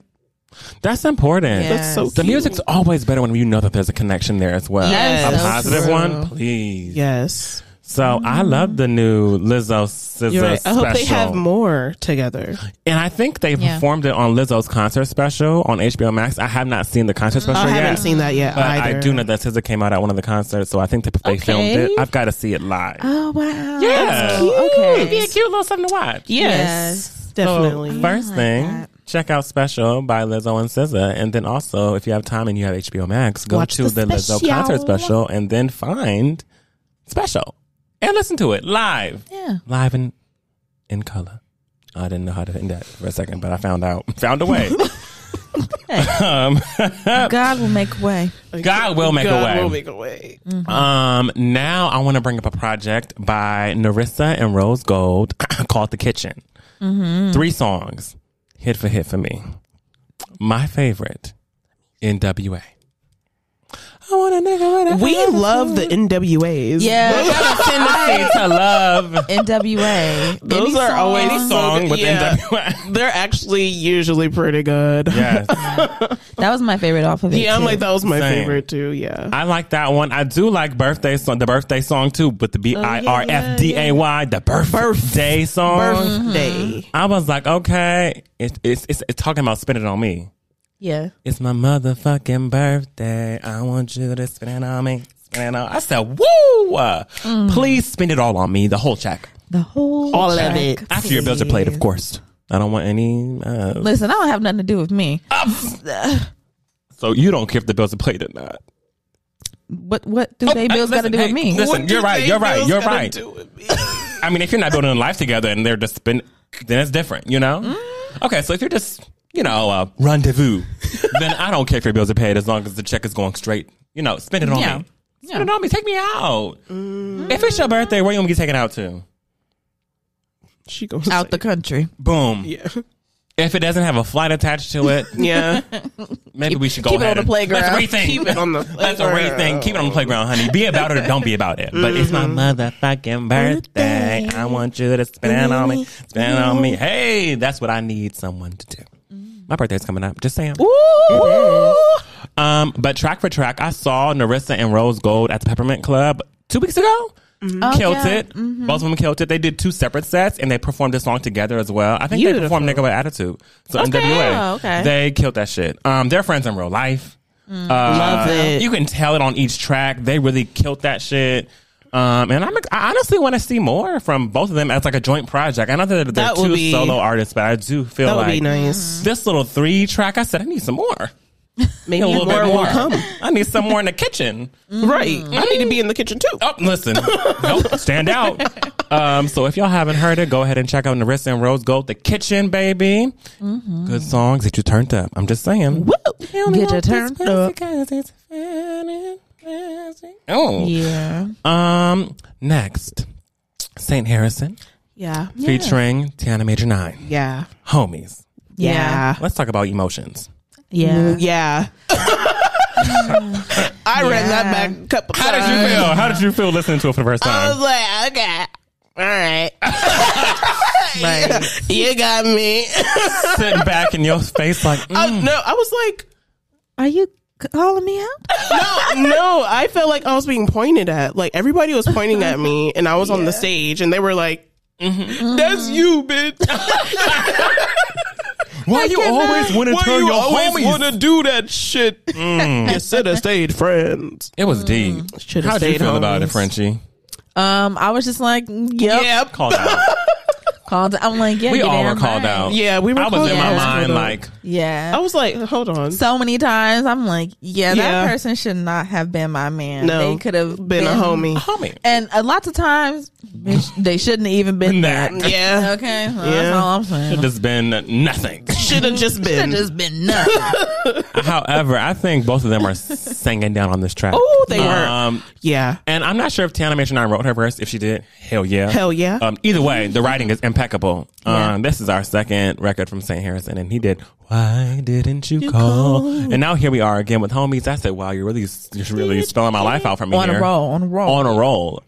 That's important. Yeah. that's so Yes. cute. The music's always better when you know that there's a connection there as well. Yes. a So positive true. one, please. Yes. So I love the new Lizzo SZA You're right. I special. hope they have more together. And I think they Yeah. performed it on Lizzo's concert special on HBO Max. I have not seen the concert special I yet. haven't seen that yet But either. I do know that SZA came out at one of the concerts, so I think that they filmed Okay. it. I've got to see it live. Oh wow. yeah, Okay. It'd be a cute little something to watch. Yes, Oh, So, definitely. first like thing, that. check out Special by Lizzo and SZA, and then also if you have time and you have HBO Max, go Watch to the, the Lizzo special. concert special, and then find Special and listen to it live, Yeah. live in in color. I didn't know how to end that for a second, but I found out, found a way. um, God will make way. God will make a God way. will make a way. Um, now I want to bring up a project by Narissa and Rose Gold called The Kitchen. Mm-hmm. Three songs, hit for hit for me. My favorite, NWA. I want a nigga with a We love the NWAs. Yeah. tendency to love NWA. Those Any are always song. so song with Yeah. NWA. They're actually usually pretty good. yes. That was my favorite off of it. Yeah, I'm too. like that was my Same. favorite too. Yeah, I like that one. I do like birthday song, the birthday song too, but the B I R F D A Oh, Y, the birthday song. Mm-hmm. birthday. I was like, okay, it's it's it's, it's talking about spending on me. Yeah. It's my motherfucking birthday. I want you to spend it on me. Spend it on. I said, woo! Please spend it all on me, the whole check. The whole Mm. All of track. it. After your bills are played, of course. I don't want any. Uh, Listen, I don't have nothing to do with me. so you don't care if the bills are played or not. What what do they uh, bills got to listen, do hey, with me? listen. What do you're right, they you're right, feels you're gonna right. do with me? I mean, if you're not building a life together and they're just spend, then it's different, you know. Mm. Okay, so if you're just you know uh, rendezvous, then I don't care if your bills are paid as long as the check is going straight. You know, spend it on Yeah. me. Yeah. Mm. Spend it on me. Take me out. If it's your birthday, where you gonna be taken out to? She goes Out the country. Boom. yeah, If it doesn't have a flight attached to it, yeah. maybe we should go keep it ahead on the and- playground. Let's rethink. Keep it on the That's a rethink. playground. Keep it on the playground, honey. Be about it or don't be about it. But it's my motherfucking birthday. I want you to spend it on me. Spend it on me. Hey, that's what I need someone to do. My birthday's coming up. Just saying. Um, but track for track, I saw Narissa and Rose Gold at the Peppermint Club two weeks ago. Mm-hmm. Killed Oh, yeah. it. Both of them killed it. They did two separate sets and they performed the song together as well. I think they performed Nigga with Attitude. So NWA. Oh, okay. They killed that shit. Um, they're friends in real life. Uh, Mm. Love it. You can tell it on each track. They really killed that shit. Um, and I'm, I honestly want to see more from both of them as like a joint project. I know that they're That would two be- solo artists, but I do feel That would like be nice. this little three track. I said I need some more. Maybe a little more bit will more. come. I need some more in the kitchen. Right. Mm-hmm. I need to be in the kitchen too. Oh, listen, nope, stand out. Um, so if y'all haven't heard it, go ahead and check out Narissa and Rose Gold, The Kitchen, baby. Good songs that you turned up. I'm just saying. Get you turned up. Oh, Yeah. um, next, Saint Harrison Yeah. featuring Tiana Major Nine, Yeah. homies. Yeah. Yeah. Let's talk about emotions. Yeah. Yeah. I read that back a couple How did times. you feel? How did you feel listening to it for the first I was time? like, okay. All right. Right. you got me. Sitting back in your face, like mm, I- no, I was like, Are you calling me out? no, no. I felt like I was being pointed at. Like everybody was pointing at me, and I was on the stage, and they were like, "That's you, bitch. why you always want to Why turn you your always homies? want to do that shit? You should have stayed friends. It was deep. Should How did you feel about it, Frenchie? Um, I was just like, yep. Yep. Called out. Called. I'm like, yeah. We you're all were damn called right. out. Yeah, we were. I was called in my out. mind Hold on. like, Yeah. I was like, hold on. so many times I'm like, yeah, Yeah. that person should not have been my man. no, They could have been a homie. homie. And a lots of times bitch, they shouldn't have even been That. that. Yeah, Okay. well, That's Yeah. all I'm saying. Should have been nothing. should have just been. Should just been nothing. However, I think both of them are singing down on this track. Oh, they were. Um, yeah, and I'm not sure if Tiana Major Nine wrote her verse. If she did, hell yeah. Hell yeah. Um, either way, the writing is impeccable. Yeah. Um, this is our second record from St. Harrison, and he did. Why didn't you, call? And now here we are again with homies. I said, wow, you're really, you're really spelling my life out for me On a here. roll, Mm-hmm. on a roll. on a roll.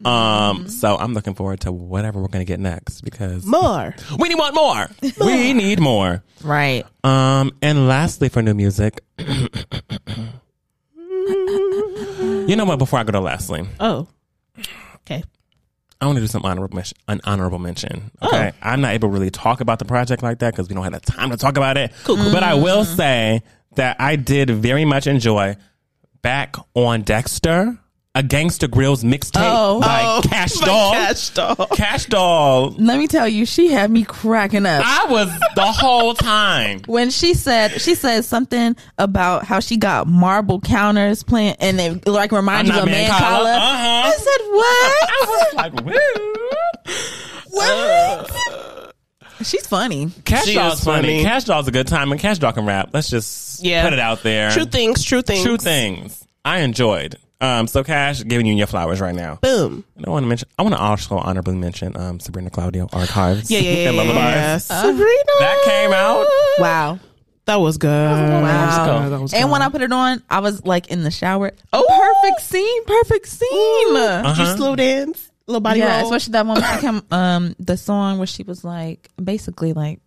Um, so I'm looking forward to whatever we're gonna get next because more. we need want more. we need more. Right. Um, and lastly, for new music, you know what? Before I go to lastly, Oh, okay. I want to do some honorable mention, an honorable mention. Oh. Okay, I'm not able to really talk about the project like that because we don't have the time to talk about it. But I will Mm-hmm. say that I did very much enjoy back on Dexter, a Gangsta Grills mixtape Oh. by Oh, Cash by Doll. Cash Doll. Cash Doll. Let me tell you, she had me cracking up. I was the whole time. when she said she said something about how she got marble counters playing and it like I'm reminded you not of man man Kala. collar. Uh-huh. I said I what? was like, woo. She's funny. Cash She Doll's is funny. funny. Cash Doll's a good time, and Cash Doll can rap. Let's just Yeah. put it out there. True things. True things. True things. I enjoyed. Um, so Cash, giving you your flowers right now. Boom. And I want to mention. I want to also honorably mention um, Sabrina Claudio archives. Yeah, yeah, yeah. and yeah, lullabies. yeah. Sabrina. That came out. Wow. Uh-huh. That was good. Wow. That was good. and when I put it on, I was like in the shower. Oh, perfect scene. Perfect scene. Uh, Did you slow dance? Little body yeah, roll. especially that moment. she came, um, the song where she was like, basically like,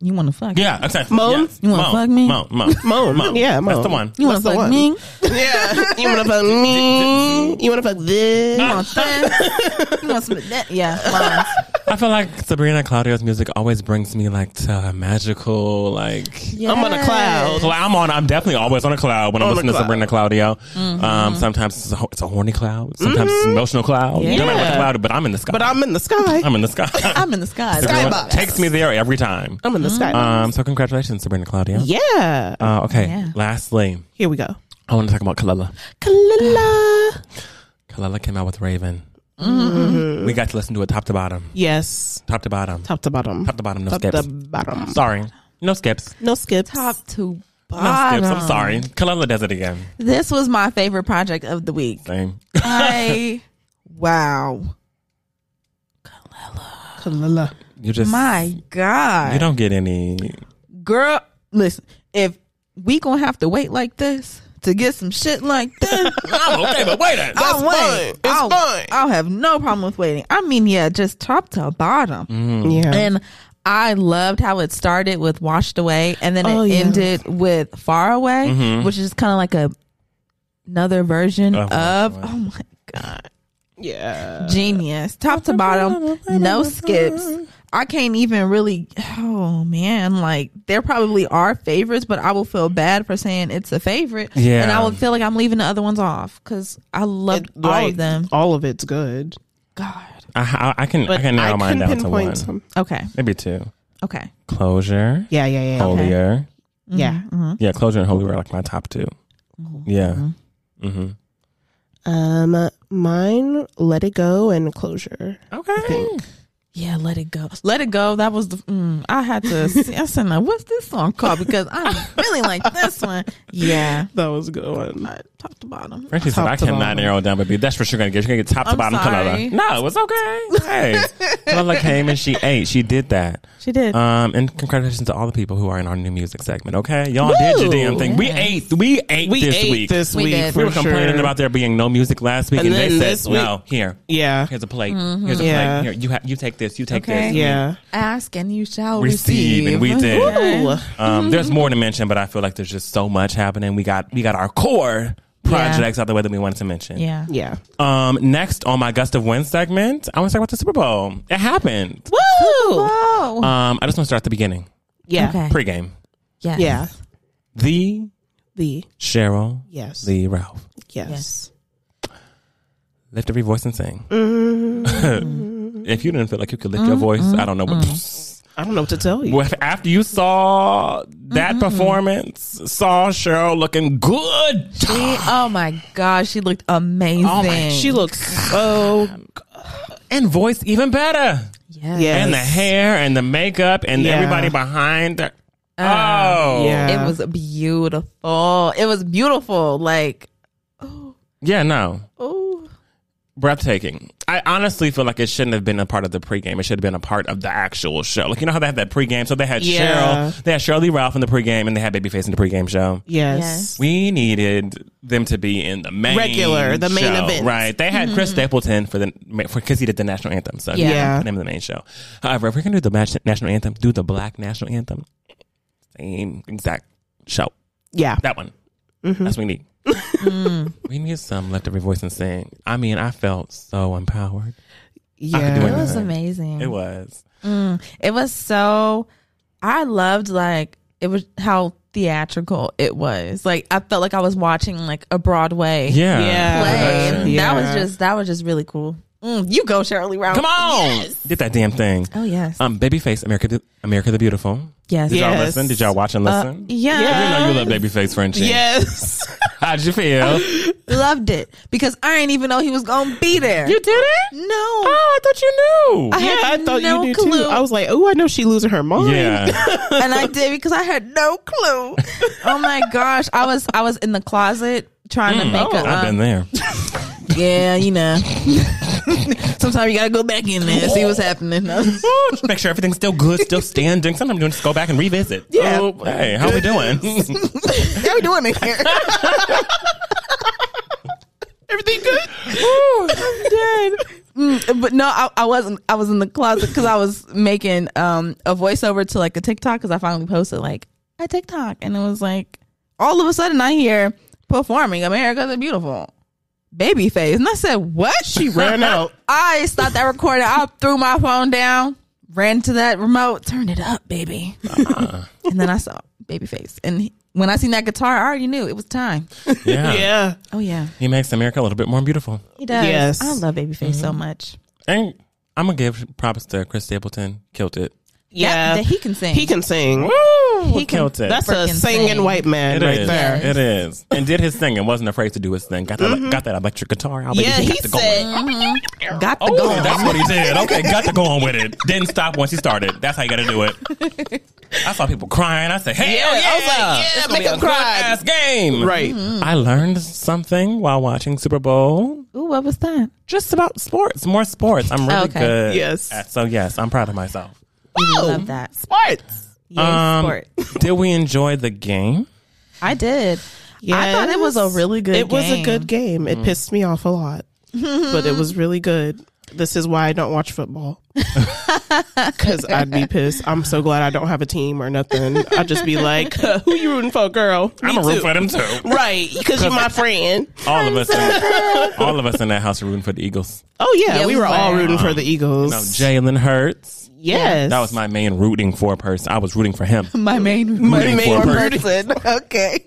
you want to fuck? Yeah, exactly. Moan? Yes. You wanna Moan, fuck me? Moan, moan, Moan. Yeah, That's moan. the one. You want to That's the fuck one. me? yeah. You want to fuck me? You want to fuck this? You want this? you want some of that? Yeah. lines. I feel like Sabrina Claudio's music always brings me like to a magical like. I'm on a cloud. Cla- I'm on. I'm definitely always on a cloud when I'm On a listening to cloud. Mm-hmm. Sabrina Claudio. Um, sometimes it's a, ho- it's a horny cloud. Sometimes it's an emotional cloud. You don't know what the Yeah. cloud, is, but I'm in the sky. But I'm in the sky. I'm in the sky. I'm in the sky. Everyone box. takes me there every time. I'm in the sky. Um, so congratulations, Sabrina Claudio. yeah. Uh, okay. Yeah. Lastly, Here we go. I want to talk about Kalila. Kalala. Kalila came out with Raven. We got to listen to it top to bottom. Yes. Top to bottom. Top to bottom. Top to bottom. No Top skips. to bottom. sorry. No skips. No skips. Top to No bottom. skips. I'm sorry. Kalila does it again. This was my favorite project of the week. Same. I wow. Kalala. You just My God. You don't get any. girl, listen, if we gonna have to wait like this to get some shit like this, I'm okay, but wait. a- I'll wait. fine. It's I'll, fine. I'll have no problem with waiting. I mean, yeah, just top to bottom. Yeah. And I loved how it started with Washed Away and then it Oh, yeah. Mm-hmm. ended with Far Away, which is kind of like a another version Of of, Washed Away. oh my God. yeah. genius top to bottom no skips i can't even really oh man like there probably are favorites but i will feel bad for saying it's a favorite Yeah. and i would feel like i'm leaving the other ones off because i love It- all like, of them All of it's good. god I, I, I can I can narrow mine couldn't down to pinpoint one. some. okay Maybe two. okay Closure. Yeah, yeah, yeah. Holier. Yeah. Yeah, closure and holy were like my top 2 Yeah. Mm-hmm. Um, mine, let it go and closure. Okay. Yeah, let it go. Let it go. That was the. Mm, I had to. see- I said, now, "What's this song called?" Because I really like this one. Yeah, That was a good one. top to bottom. Frenchie said, Top I to cannot bottom. narrow it down, but that's what you're going to get. You're going to get top to I'm bottom sorry. color. No, it's okay. Hey. Color came and she ate. She did that. She did. Um, and congratulations to all the people who are in our new music segment. Okay, y'all did your damn thing. We Yes. ate. We ate this week. this We week. did. For we were complaining sure. about there being no music last week, And and, then they this said, week- "No, here, Yeah. here's a plate. Here's a Yeah. plate. Here, you ha- you take this. You take Okay. this. Yeah. Ask and you shall receive. Receive, and we did. Okay. Ooh. Um, there's Mm-hmm. more to mention, but I feel like there's just so much happening. We got we got our core projects out the way that we wanted to mention. Yeah. Yeah. Um, next on my gust of wind segment, I want to talk about the Super Bowl. It happened. Woo! Um, I just want to start at the beginning, Yeah. Okay. pregame. Yeah. Yeah. The The Cheryl yes. Lee Ralph. yes. Yes. Lift every voice and sing. Mm-hmm. if you didn't feel like you could lift your voice, I don't know. What, I don't know what to tell you. Well, after you saw Mm-hmm. that performance, saw Cheryl looking good. She, oh my gosh, she looked amazing. Oh my- She looks so and voice even better. yes. Yeah. And the Yes. hair and the makeup and Yeah. Uh, everybody behind her. Ah, oh. yeah. It was beautiful. It was beautiful. Like, Yeah, no. oh, Breathtaking. I honestly feel like it shouldn't have been a part of the pregame. It should have been a part of the actual show. Like, you know how they have that pregame? So they had Yeah. Cheryl, they had Shirley Ralph in the pregame, and they had Babyface in the pregame show. yes. We needed them to be in the main Regular, the main show, event. Mm-hmm. right? They had Chris Stapleton for the for because he did the national anthem, so Yeah. yeah, put him in the main show. However, if we're gonna do the match- national anthem, do the black national anthem, same exact show. Yeah. That one, that's what we need. we need some left every voice and sing. I mean, I felt so empowered. I could do it Yeah. Yeah. was amazing. It was It was so. I loved like it was how theatrical it was. Like I felt like I was watching like a Broadway yeah, Yeah. play. production. Yeah. That was just that was just really cool. Mm, you go, Shirley Ralph. Come on, get that damn thing. Oh yes. Um, babyface, America, the, America the Beautiful. yes. Did y'all Yes. listen? Did y'all watch and listen? Yeah. I know you love babyface Frenchie. Yes. How'd you feel? Loved it because I didn't even know he was gonna be there. did it? no. Oh, I thought you knew. I yeah, I had thought no you knew clue. too. I was like, oh, I know she losing her mind. yeah. and I did because I had no clue. Oh my gosh, I was I was in the closet trying to make a I've um, been there. yeah, you know. Sometimes you gotta go back in there and see what's happening. Ooh, just make sure everything's still good, still standing. Sometimes you just go back and revisit. Yeah. Oh, hey, how we doing? How we doing in here? Everything good? Mm, but no, I, I wasn't. I was in the closet because I was making um, a voiceover to like a TikTok because I finally posted like a TikTok, and it was like all of a sudden I hear performing "America the Beautiful," Babyface, and I said, "What?" She Ran out. I stopped that recording. I threw my phone down, ran to that remote, turned it up, baby, and then I saw Babyface, and he- when I seen that guitar, I already knew it was time. yeah. Yeah. Oh yeah, He makes America a little bit more beautiful. he does. Yes. I love Babyface so much. And I'm gonna give props to Chris Stapleton. Killed it. Yeah, Yeah. that he can sing. He can sing. Woo! He can- killed it. That's a Freaking singing sing. white man It right is. there. It is. And did his thing and wasn't afraid to do his thing. Got that, got that electric guitar. I'll Mm-hmm. Yeah, he got the going. said. "Mm-hmm." got the Oh, goal. that's what he did. Okay, got to go on with it. Didn't stop once he started. That's how you got to do it. I saw people crying. I said, "Hey, yeah!" I was like, yeah, it's gonna make be a them cry. good-ass game." Right. I learned something while watching Super Bowl, Oh. Ooh, what was that? just about sports, more sports. I'm really Okay. good. Yes. at- so yes, I'm proud of myself. Mm-hmm. You love that. Sports. Yay, Um, sport. Did we enjoy the game? I did. I thought it was a really good It was a game. good game. Mm. It pissed me off a lot, but it was really good. This is why I don't watch football because I'd be pissed. I'm so glad I don't have a team or nothing. I'd just be like, "Who you rooting for, girl?" I'm a root for them too. Right, because you're my friend. All of us, in, all of us in that house are rooting for the Eagles. Oh yeah, Yeah, we we were all were. rooting for the Eagles. No, Jalen Hurts. yes, That was my main rooting for person. I was rooting for him. My main, My main main person. okay.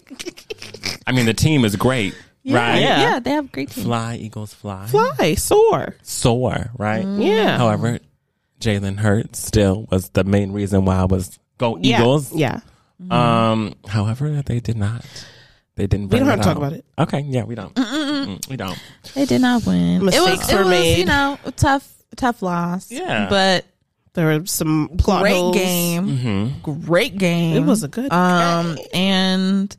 I mean, the team is great, right? Yeah. Yeah, they have great team. Fly, Eagles fly. fly Mm. sore. Soar, right? Yeah, However, Jalen Hurts still was the main reason why I was go yeah. Eagles. Yeah, Um, however, they did not. They didn't. We Bring don't have it to talk out. about it. Okay, yeah, we don't. Mm, We don't. They did not win. it Mistakes was, it were was you made. know, a tough, tough loss. Yeah. But There were some plot great holes. game. Great game. Mm-hmm. It was a good um and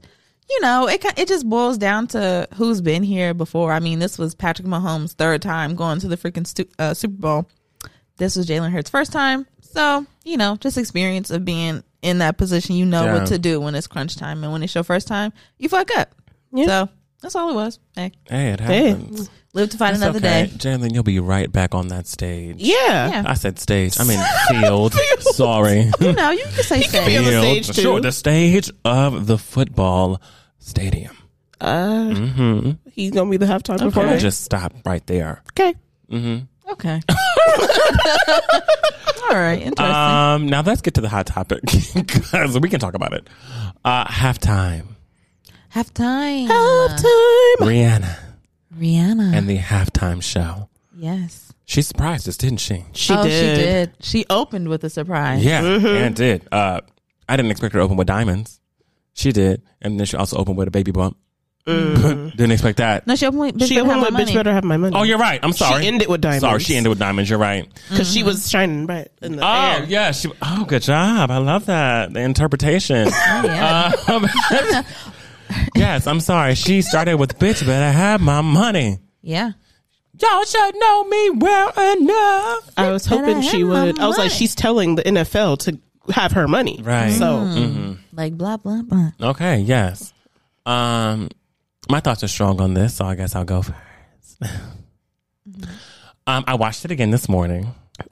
you know it ki- it just boils down to who's been here before. I mean, this was Patrick Mahomes' third time going to the freaking stu- uh, Super Bowl. This was Jalen Hurts' first time. So you know, just experience of being in that position. You know Yeah. what to do when it's crunch time, and when it's your first time, you fuck up. So that's all it was. Hey, Hey, it happens. live to fight It's another okay. day. Jalen, you'll be right back on that stage. Yeah. Yeah. I said stage. I mean field. Sorry. You know, you can say could be things. on the Field. stage, too. Sure, the stage of the football stadium. He's gonna be the halftime I'm gonna performer. just stop right there. Okay. Okay. all right. Interesting. Um, now let's get to the hot topic because we can talk about it. Uh, halftime, Half time. Halftime. Rihanna Rihanna. and the halftime show. yes. She surprised us, didn't she? She oh, did. she did. She opened with a surprise. Yeah, Mm-hmm. and it did. Uh, I didn't expect her to open with diamonds. She did, and then she also opened with a baby bump. Mm. didn't expect that. No, she opened with. Bitch She Better opened Have with My "Bitch Money. Better Have My Money." Oh, you're right. I'm sorry. She ended with diamonds. Sorry, she ended with diamonds. You're right. because Mm-hmm. she was shining bright in the Oh air. yeah, she. Oh, good job. I love that the interpretation. Oh, yeah. Um, yes, I'm sorry. She started with "Bitch, better have my money." Yeah. Y'all should know me well enough. I was hoping she have my would. I was like, money. she's telling the NFL to have her money. Right. So Mm-hmm. Like blah blah blah. Okay. Yes. Um, my thoughts are strong on this, so I guess I'll go first. Mm-hmm. um, I watched it again this morning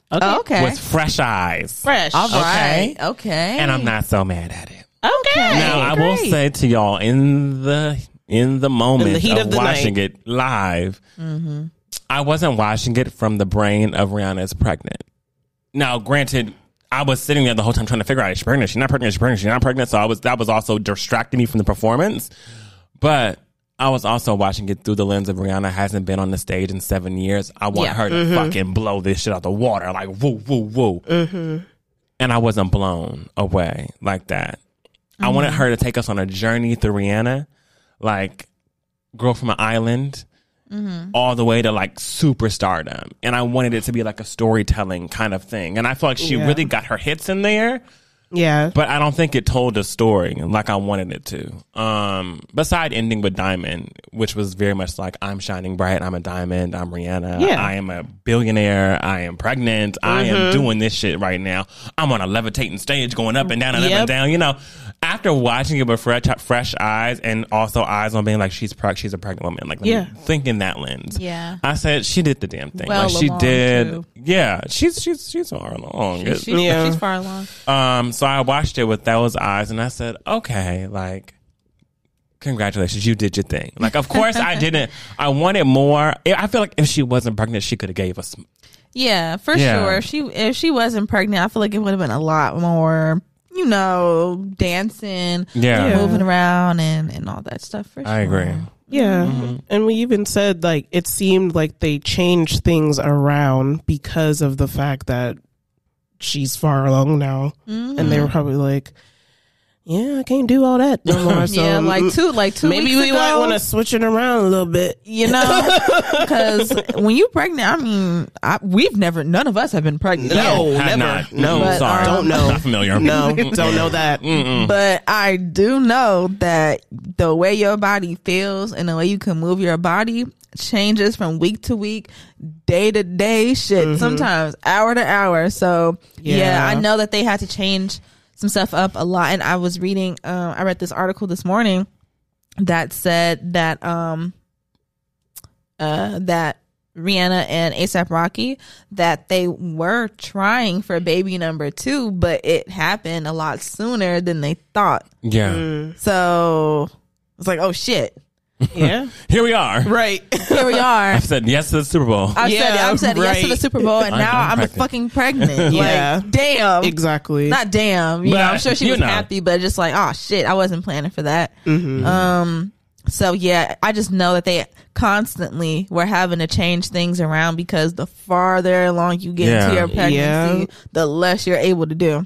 Okay. Oh, okay. with fresh eyes, fresh. All okay. right. Okay. and I'm not so mad at it. okay. Now I will Great. say to y'all in the in the moment In the heat of, of the watching night. Mm-hmm. it live, I wasn't watching it from the brain of Rihanna is pregnant. Now, granted, I was sitting there the whole time trying to figure out is she pregnant? She's not pregnant. She's pregnant. She's not pregnant. So I was that was also distracting me from the performance, but. I was also watching it through the lens of Rihanna hasn't been on the stage in seven years. I want Yeah. her to fucking blow this shit out the water, like woo, woo, woo and I wasn't blown away like that. I wanted her to take us on a journey through Rihanna, like girl from an island, all the way to like superstardom. And I wanted it to be like a storytelling kind of thing. And I feel like she Yeah. really got her hits in there, yeah. but I don't think it told a story like I wanted it to. Um, beside ending with Diamond, which was very much like I'm shining bright, I'm a diamond, I'm Rihanna, Yeah. I am a billionaire, I am pregnant, I am Mm-hmm. doing this shit right now. I'm on a levitating stage going up and down and up Yep. and down. You know, after watching it with fresh, fresh eyes and also eyes on being like she's preg- she's a pregnant woman, like Yeah. thinking that lens. Yeah. I said she did the damn thing. Well like she along, did. too. Yeah, she's she's she's far along. It- She, Yeah. She's far along. um, so I watched it with those eyes and I said, okay, like, congratulations, you did your thing. Like, of course I didn't. I wanted more. I I feel like if she wasn't pregnant, she could have gave us. Yeah, for Yeah. sure. If she if she wasn't pregnant, I feel like it would have been a lot more. You know, dancing, Yeah. Yeah. moving around, and and all that stuff. For sure. I agree. Yeah. And we even said like it seemed like they changed things around because of the fact that she's far along now. And they were probably like, Yeah, I can't do all that no more. So yeah, like two, like two. maybe weeks we ago, might want to switch it around a little bit. you know, because when you pregnant, I mean, I, we've never, none of us have been pregnant. No, Have Oh, never. not. No, Mm, But, sorry. don't know. Not familiar. No, don't know that. But I do know that the way your body feels and the way you can move your body changes from week to week, day to day, shit, sometimes hour to hour. So, yeah. Yeah. I know that they had to change some stuff up a lot. And I was reading, um, I read this article this morning that said that, um, uh, that Rihanna and ASAP Rocky that they were trying for baby number two, but it happened a lot sooner than they thought. Yeah. Mm. So it's like, oh shit, Yeah. Here we are. right. here we are. I said yes to the Super Bowl. Ah, I've said, Yeah, I've said yes to the right. Super Bowl, and I'm- now I'm I'm, pregnant. fucking pregnant. Yeah. Like, damn. exactly. Not damn. You know, But, I'm sure she you was know. Mm-hmm. happy, but just like, oh shit, I wasn't planning for that. Um, so yeah, I just know that they constantly were having to change things around because the farther along you get Yeah. into your pregnancy, Yeah. the less you're able to do.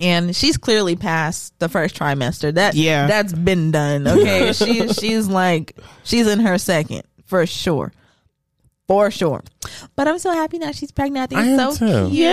and she's clearly past the first trimester. That Yeah. that's been done. Okay, she she's like she's in her second for sure, for sure. But I'm so happy now she's pregnant. I I think am it's so too. cute.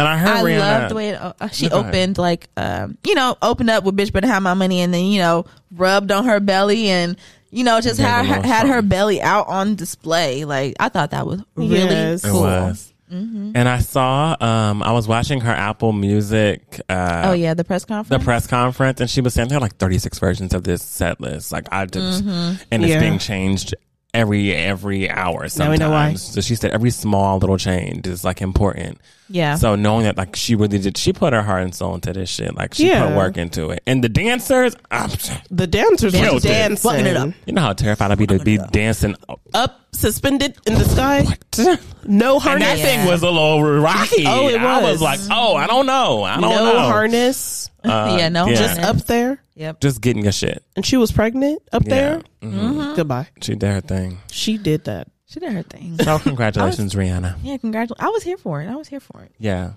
And I heard I Rihanna. love the way it, uh, she Look at her. opened, like, um, you know, opened up with "Bitch Better Have My Money," and then you know, rubbed on her belly, and you know, just Gave a had her, little had her something. belly out on display. Like, I thought that was really Yes. It it cool. was. Mm-hmm. And I saw, um, I was watching her Apple Music, uh, Oh yeah, the press the conference. press conference, and she was saying there are like 36 versions of this set list. Like I just, and it's Mm-hmm. Yeah. being changed every every hour. Sometimes. Now we know why. So she said every small little change is like important. yeah, So knowing that, like she really did, she put her heart and soul into this shit. Like she Yeah. put work into it, and the dancers, I'm, The dancers were Killed it. dancing, Fucking it up. you know how terrified I'd be to be dancing. up, suspended in the sky, no And that harness, thing was a little rocky. Oh, it I was. was like, oh, I don't know, I don't no know. harness, Uh, yeah, no, yeah. just up there, yep. Just getting your shit. and she was pregnant up Yeah. there. Mm-hmm. Goodbye. She did her thing. She did that. She did her thing. So congratulations, Rihanna. Yeah, congratulations. I was here for it. I was here for it. Yeah.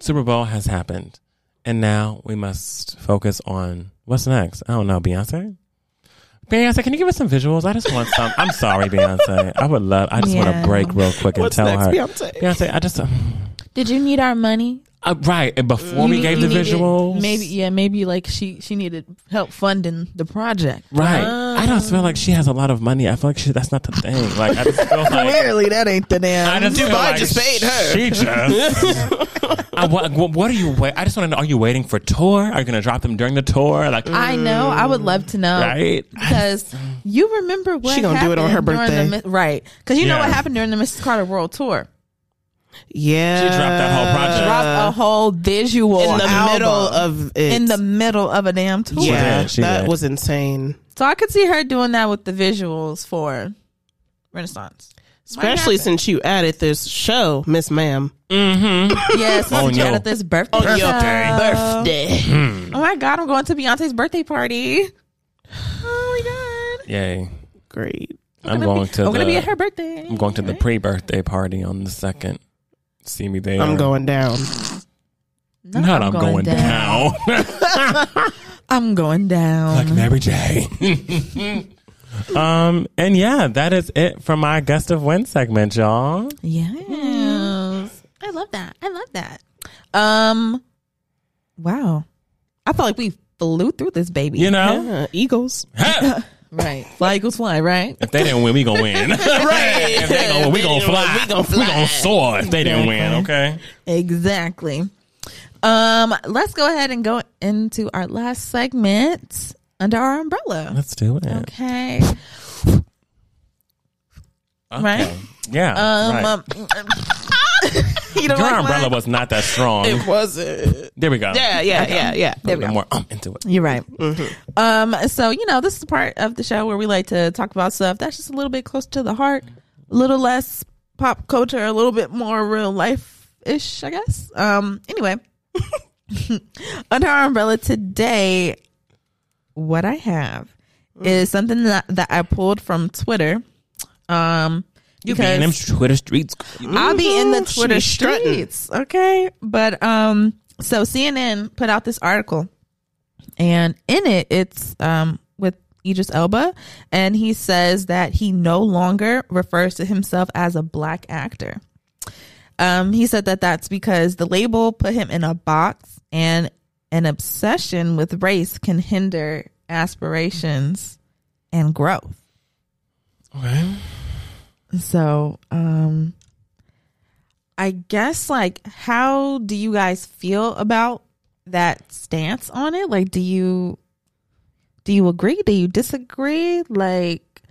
Super Bowl has happened. And now we must focus on what's next. I don't know, Beyonce? Beyonce, can you give us some visuals? I just want some. I'm sorry, Beyonce. I would love, I just want Yeah. to break real quick and What's tell next, her. Beyonce? I just, uh, Did you need our money? uh, right. And before we gave the You needed- visuals. Maybe yeah, maybe like she she needed help funding the project. Right. I don't feel like she has a lot of money. I feel like she, that's not the thing. Like, I just feel like. Clearly, that ain't the damn. I just feel Dubai like just paid her. She just. I, what, what are you? Wait, I just want to know. Are you waiting for tour? Are you going to drop them during the tour? Like I know. I would love to know, Right? Because you remember what She gonna do it on her happened during birthday. the Mi- right? Because you know what Yeah. happened during the Mrs. Carter World Tour. Yeah, She dropped that whole project. Dropped a whole visual Uh, in the album middle of it. in the middle of a damn tour. yeah, did, she that did. was insane. So I could see her doing that with the visuals for Renaissance. Especially happen. since you added this show, Miss Ma'am. Yes, On since you your- added this birthday. your show. birthday. Hmm. Oh my god, I'm going to Beyonce's birthday party. Oh my god. Yay. Great. I'm going to. I'm the, gonna be at her birthday. I'm going to the pre-birthday party on the second. See me there. I'm going down. No, Not I'm, going, down. I'm going down. like Mary J. um, and yeah, that is it for my guest of win segment, y'all. yes. I love that. I love that. Um Wow. I felt like we flew through this baby. You know, Uh, Eagles. Right. Fly eagles fly, right? if they didn't win, we gonna win. right? If they gonna, we gonna fly. We gonna fly. We gonna soar. If they didn't win, okay. Exactly. Um, let's go ahead and go into our last segment under our umbrella. Let's do it. Okay. Right? Yeah. Um, right. um, you Your don't like mine? umbrella was not that strong. wasn't. there we go. Yeah, yeah, yeah, yeah. There we go. More um, into it. You're right. Um, so you know, this is the part of the show where we like to talk about stuff that's just a little bit closer to the heart, a little less pop culture, a little bit more real life ish, I guess. Um, anyway, under our umbrella today, what I have is something that, that I pulled from Twitter. Um, You be in them Twitter streets. I'll be in the Mhm. She Twitter be strutting. streets. Okay. But um so CNN put out this article and in it it's um with Idris Elba and he says that he no longer refers to himself as a black actor. Um he said that that's because the label put him in a box and an obsession with race can hinder aspirations and growth. Okay. So, um I guess like how do you guys feel about that stance on it? Like do you do you agree? Do you disagree? Like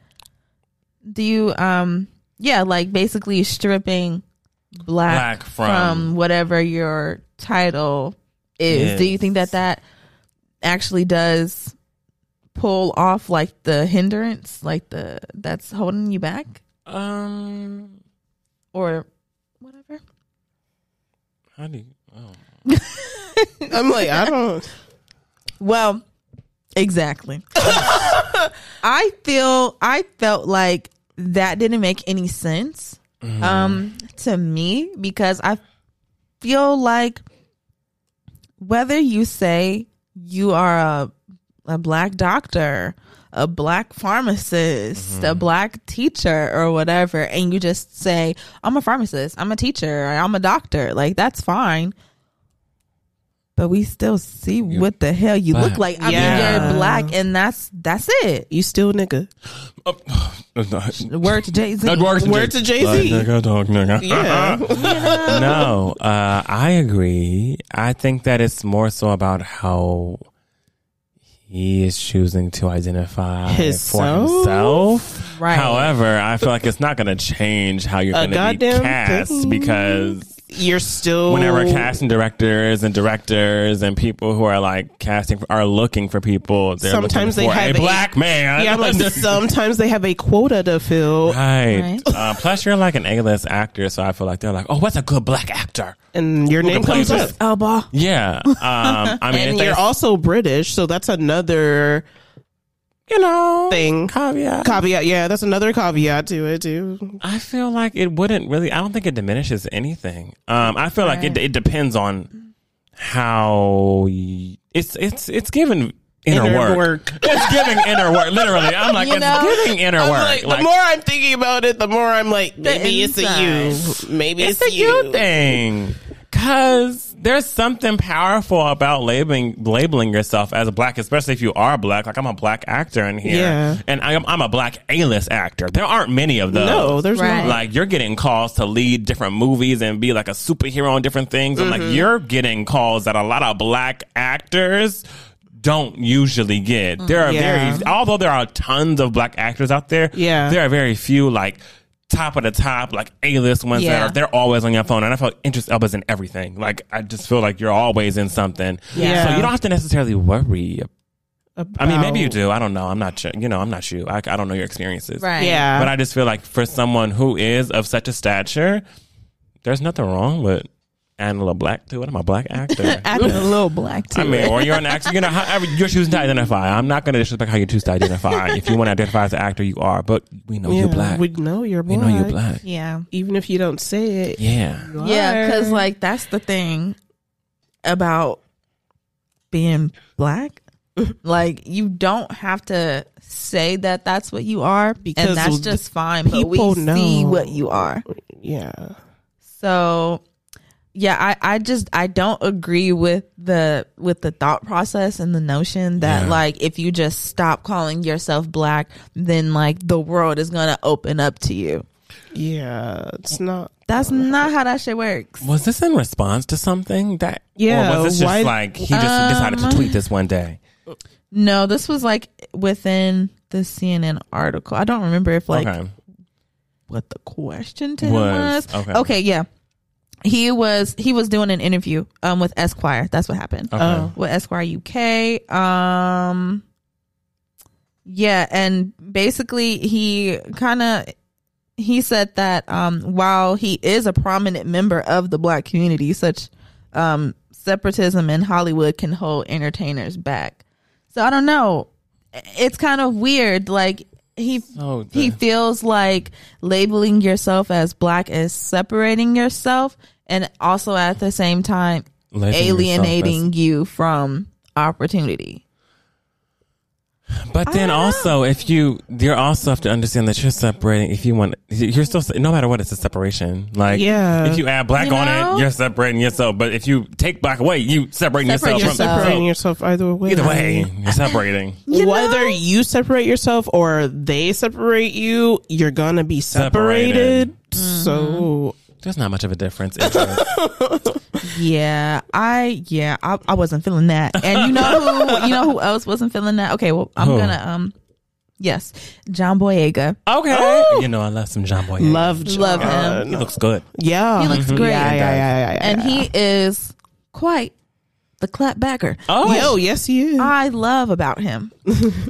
do you um yeah, like basically stripping black, Black from, from- whatever your title is. Do you think that that actually does pull off like the hindrance, like the that's holding you back? Um, or whatever. how do you? Oh. I'm like, I don't. Well, exactly. I feel I felt like that didn't make any sense um to me because I feel like whether you say you are a a black doctor, a black pharmacist, a black teacher or whatever and you just say I'm a pharmacist, I'm a teacher, or I'm a doctor, like that's fine. But we still see what the hell you look But- like. I mean, Yeah. you're black, and that's that's it. You still nigga. Oh, Word to Jay Z. Word to Jay Z. Yeah. no, uh, I agree. I think that it's more so about how he is choosing to identify Himself? for himself. Right. However, I feel like it's not going to change how you're A going to be goddamn cast thing. because You're still whenever casting directors and directors and people who are like casting are looking for people, they're Sometimes looking they for have a a- black man. Yeah, I'm like sometimes they have a quota to fill Right. Right. Uh, plus, you're like an A-list actor, so I feel like they're like, "Oh, what's a good black actor?" and your name can play comes up. this? Elbow. Yeah. Um, I mean, if And they- you're also British, so that's another you know, thing. caveat. Caveat, yeah, that's another caveat to it too. I feel like it wouldn't really. I don't think it diminishes anything. Um, I feel like it. It depends on how y- it's it's it's given inner, work. It's giving inner work. Literally, I'm like, You it's know? giving inner I'm work. like, the more I'm thinking about it, the more I'm like, maybe it's a inside. you. Maybe it's, it's a you thing. Cause there's something powerful about labeling labeling yourself as black, especially if you are black. Like I'm a black actor in here, Yeah. and I'm I'm a black A-list actor. There aren't many of those. No, there's Right. not. Like you're getting calls to lead different movies and be like a superhero on different things. And like you're getting calls that a lot of black actors don't usually get. There are Yeah. very although there are tons of black actors out there, Yeah. there are very few like top of the top, like A list ones Yeah. that are they're always on your phone. And I feel like interest elbows in everything. Like I just feel like you're always in something. Yeah. So you don't have to necessarily worry. I mean, maybe you about- do. I don't know. I'm not sure. You know, I'm not you. I, I don't know your experiences. Right. Yeah, But I just feel like for someone who is of such a stature, there's nothing wrong with adding a little black to it. I'm a black actor. Adding a little black to I mean, it. or you're an actor. You know, however you're choosing to identify. I'm not going to disrespect how you choose to identify. if you want to identify as an actor, you are. But we know you're Yeah, black. We We, know you're black. know you're black. Yeah. even if you don't say it. Yeah. you Yeah, are. because like that's the thing about being black. like you don't have to say that that's what you are, because Because and that's the just fine. But we people see know. what you are. yeah, So yeah, I, I just I don't agree with the with the thought process and the notion that Yeah. like if you just stop calling yourself black, then like the world is gonna open up to you. yeah, it's not. That's not how that shit works. Was this in response to something that? Yeah, Or was this just why- like he just decided to tweet this one day? No, this was like within the CNN article. I don't remember if like okay. what the question to Was, him was. okay. yeah. He was he was doing an interview um with Esquire. That's what happened. Okay. Oh. With Esquire UK. Um yeah, and basically he kind of he said that um, while he is a prominent member of the black community, such um, separatism in Hollywood can hold entertainers back. So I don't know. It's kind of weird. Like he So the- he feels like labeling yourself as black is separating yourself, and also at the same time Labeling alienating you from opportunity. But then also, if you, you are also have to understand that you're separating. If you want, you're still no matter what, it's a separation. Like, Yeah. if you add black You on know? it, you're separating yourself. But if you take black away, you separating Separate yourself yourself. from Separating yourself either way. either way. You're separating. Whether you separate yourself or they separate you, you're gonna be separated. Separated. So Mm-hmm. There's not much of a difference. It's just- Yeah, I yeah, I, I wasn't feeling that. And you know who you know who else wasn't feeling that? Okay, well I'm Who? gonna um yes, John Boyega. okay, you know I love some John Boy. love, John. Oh, Love him. He looks good. Yeah, Mm-hmm. He looks great. Yeah, yeah, yeah, yeah, yeah, And yeah. he is quite the clapbacker. Oh, Yo, yes, he is. I love about him.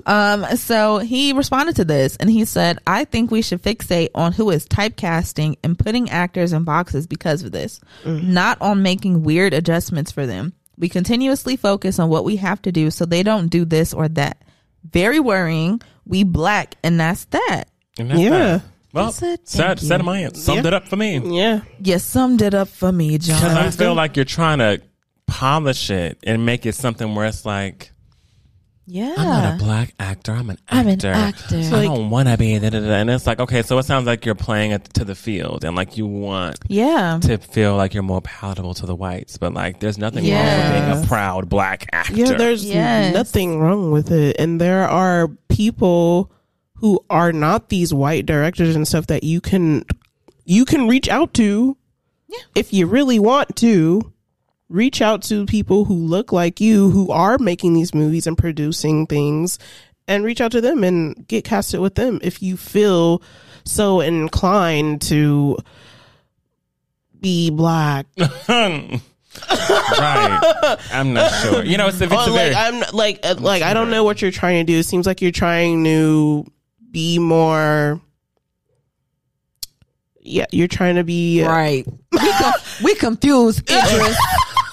um, so he responded to this and he said, I think we should fixate on who is typecasting and putting actors in boxes because of this, Mm. not on making weird adjustments for them. We continuously focus on what we have to do so they don't do this or that. Very worrying. We black and that's that. And that's Yeah. that. Well, said said thank said mine. Summed Yeah. it up for me. yeah, You summed it up for me, John. Because I feel like you're trying to polish it and make it something where it's like, Yeah. I'm not a black actor. I'm an actor. I'm an actor. I don't want to be. Da, da, da. And it's like, okay, so it sounds like you're playing it to the field and like you want yeah. to feel like you're more palatable to the whites, but like there's nothing wrong with being Yes. a proud black actor. Yeah, there's Yes. nothing wrong with it. And there are people who are not these white directors and stuff that you can you can reach out to Yeah. if you really want to. Reach out to people who look like you who are making these movies and producing things and reach out to them and get casted with them if you feel so inclined to be black. right. I'm not sure. You know, it's, it's Well, a very. Oh, like I'm like uh, like I don't know what you're trying to do. It seems like you're trying to be more. Yeah, you're trying to be. uh, Right. We, co- we confuse interest.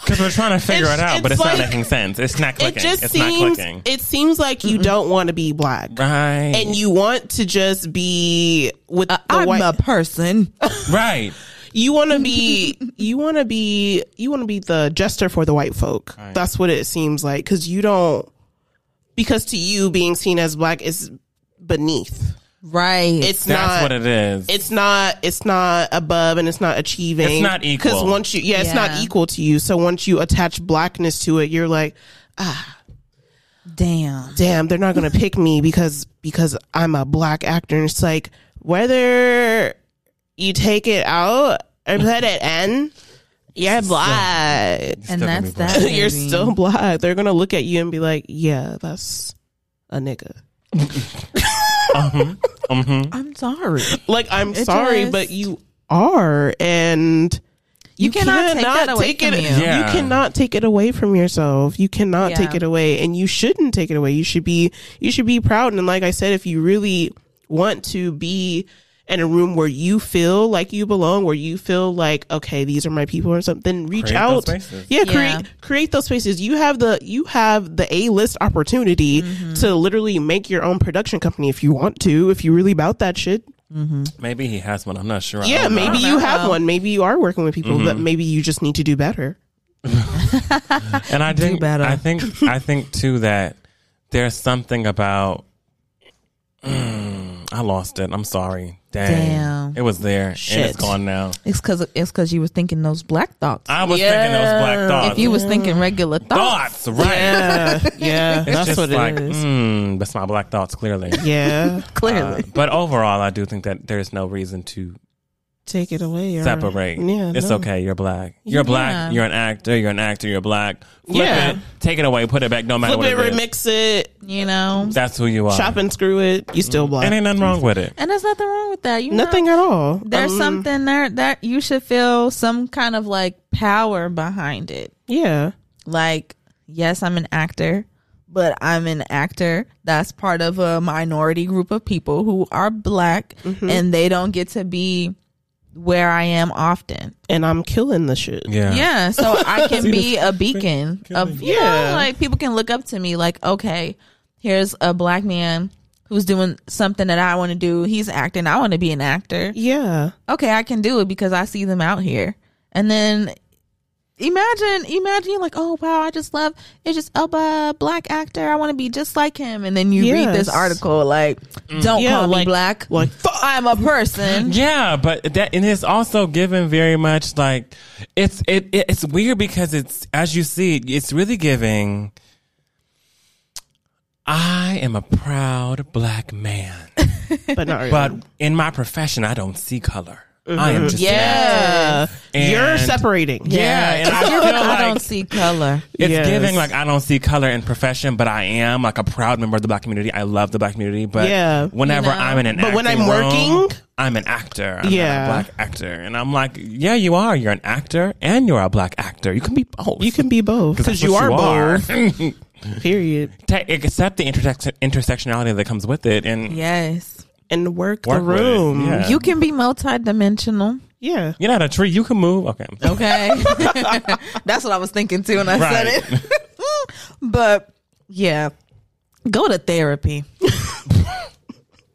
Because we're trying to figure It's- it out, but it's it's like- not making sense. It's not It clicking. just it's not seems. clicking. It seems like you don't want to be black, right. and you want to just be with the Uh, I'm white. a person. right. you want to be. you want to be. You want to be the jester for the white folk. That's what it seems like because you don't. Because to you, being seen as black is beneath. Right. It's That's not what it is. it's not it's not above and it's not achieving. It's not equal. Because once you yeah, it's not Yeah. equal to you. So once you attach blackness to it, you're like, Damn. damn, they're not gonna pick me because because I'm a black actor. And it's like whether you take it out or put it in, you're black. It's And still gonna that's be black. that. baby. You're still black. They're gonna look at you and be like, Yeah, that's a nigga. I'm sorry. Like I'm It sorry, just- but you are and You, cannot, take that away it. from you. Yeah. You cannot take it away from yourself. You cannot Yeah. take it away, and you shouldn't take it away. You should be you should be proud. And like I said, if you really want to be in a room where you feel like you belong, where you feel like okay, these are my people or something, reach Create those out. spaces. yeah, Yeah. create create those spaces. You have the you have the A list opportunity Mm-hmm. to literally make your own production company if you want to. If you really about that shit, Maybe he has one. I'm not sure. I yeah, don't know. maybe know. you have Wow. one. Maybe you are working with people, Mm-hmm. but maybe you just need to do better. And I think better. I think I think too that there's something about. Mm, I lost it. I'm sorry. Dang. Damn. It was there and Shit. it's gone now. It's because it's because you was thinking those black thoughts. I was thinking those black thoughts. if you was thinking regular thoughts, thoughts, right? Yeah, Uh, yeah, It's that's just what like, it is. Mm, that's my black thoughts, clearly. Uh, Yeah, clearly. But overall, I do think that there's no reason to take it away. or- separate. Yeah, it's no. okay. You're black. You're Yeah. black. You're an actor. You're an actor. You're black. Flip Yeah. it. Take it away. Put it back. No matter Flip it, what it is. remix it, you know, That's who you are. chop and screw it. You still black. Mm-hmm. And ain't nothing wrong with it. and there's nothing wrong with that. You know? Nothing at all. There's Um, something there that you should feel some kind of like power behind it. Yeah, Like, yes, I'm an actor, but I'm an actor that's part of a minority group of people who are black Mm-hmm. and they don't get to be where I am often. and I'm killing the shit. Yeah. Yeah, so I can be a beacon of yeah, Yeah. like people can look up to me like, okay, here's a black man who's doing something that I want to do. He's acting. I want to be an actor. Yeah, Okay, I can do it because I see them out here. And then imagine imagine you're like, "Oh, wow, I just love it's just a black actor. I want to be just like him." And then you read this Yes. article like, "Don't Yeah, call me like- black. like, I'm a person." Yeah, but that and it's also given very much like it's it, it it's weird because it's as you see it, it's really giving. I am a proud black man, but not really. but in my profession, I don't see color. I am just Yeah. yeah, Uh, you're And- separating. yeah, and I feel like I don't see color. It's Yes. giving like I don't see color in profession, but I am like a proud member of the black community. I love the black community, but Yeah. whenever You know? I'm in an But when acting I'm room, working- I'm an actor. I'm Yeah. not a black actor, and I'm like, yeah, you are. You're an actor and you're a black actor. You can be both. You can be both because that's you what are both. you are. Period. Ta- Accept the intersection intersectionality that comes with it, and Yes. And work, Work the with it, room. yeah. You can be multidimensional. yeah. you're not a tree. You can move. Okay, Oh, Okay. That's what I was thinking too when I right. said it. But yeah. Go to therapy.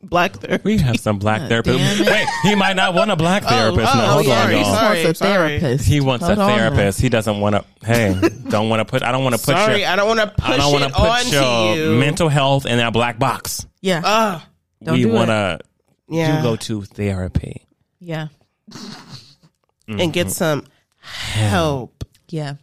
black therapy. We have some black therapist. damn it. Wait, he might not want a black therapist. oh, no, hold sorry, on, y'all. sorry. He wants a therapist. He wants Hold a on now. therapist. He doesn't want to. Hey, don't want to put. I don't want to put Sorry, your. I don't want to push I don't want it to put your onto you. mental health in that black box. Yeah. Ugh. Don't we do it. want to. yeah, You go to therapy. yeah. and get some help, Yeah.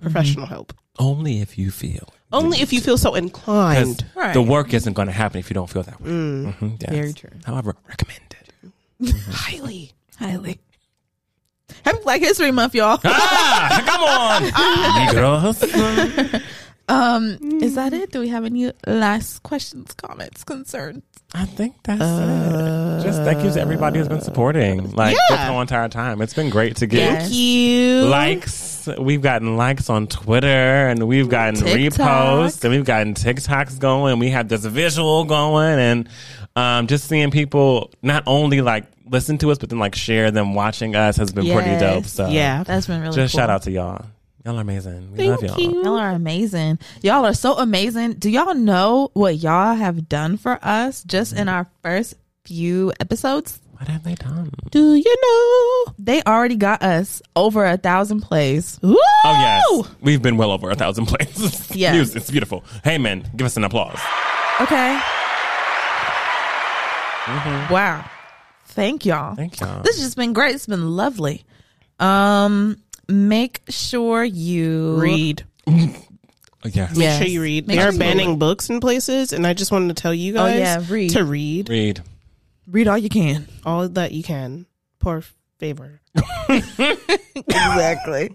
professional help. Only if you feel. Only if you feel so inclined. Right. The work isn't going to happen if you don't feel that way. Mhm, yes. Very true. However, recommended. Highly. Highly. Happy Black History Month, y'all. Ah, come on, girls. Is that it? Do we have any last questions, comments, concerns? I think that's it. Just thank you to everybody who's been supporting. Like this whole entire time, it's been great to get Thank You. likes. We've gotten likes on Twitter, and we've gotten TikTok. reposts, and we've gotten TikToks going. We have this visual going, and um, just seeing people not only like listen to us, but then like share them watching us has been pretty Yes. dope. So Yeah. That's been really just cool. shout out to y'all. Y'all are amazing. We love y'all. Y'all are amazing. Y'all are so amazing. Do y'all know what y'all have done for us just in our first few episodes? What have they done? Do you know? They already got us over a thousand plays. Woo! Oh yes, we've been well over a thousand places. Yeah. It's- it's beautiful. Hey man, give us an applause. Okay. Mm-hmm. Wow. Thank y'all. Thank y'all. This has just been great. It's been lovely. Um, make sure you Read. yes. Yeah. Make sure Yes. you read. Make They sure are you banning books in places, and I just wanted to tell you Oh, guys yeah, read. to read, Read. read all you can. all that you can. Por favor. exactly.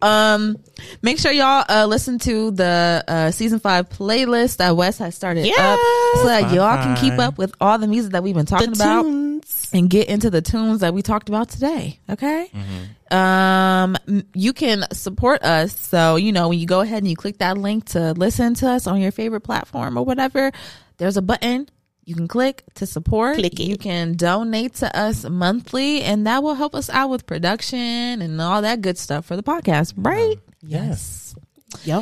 Um, make sure y'all uh, listen to the uh, season five playlist that Wes has started up, so that y'all can keep Spotify. up with all the music that we've been talking about tunes. and get into the tunes that we talked about today. Okay. Mm-hmm. Um, m- you can support us. So, you know, when you go ahead and you click that link to listen to us on your favorite platform or whatever, there's a button you can click to support. Click it. You can donate to us monthly, and that will help us out with production and all that good stuff for the podcast, Mm-hmm. right? Yes. Yeah.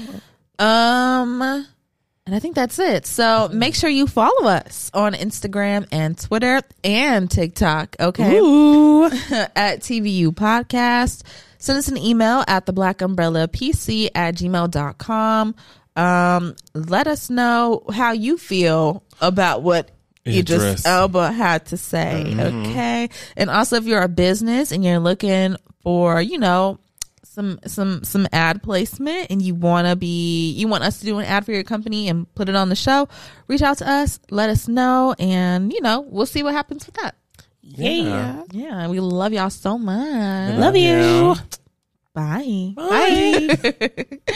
Um, and I think that's it. So make sure you follow us on Instagram and Twitter and TikTok. Okay. at TVU Podcast. Send us an email at the black umbrella pc at gmail.com. Um, let us know how you feel about what Idris, Idris. Elba had to say. Okay. And also if you're a business and you're looking for, you know, some some some ad placement and you want to be you want us to do an ad for your company and put it on the show reach out to us let us know and you know we'll see what happens with that Yeah. yeah, we love y'all so much. Love you. Bye. Bye.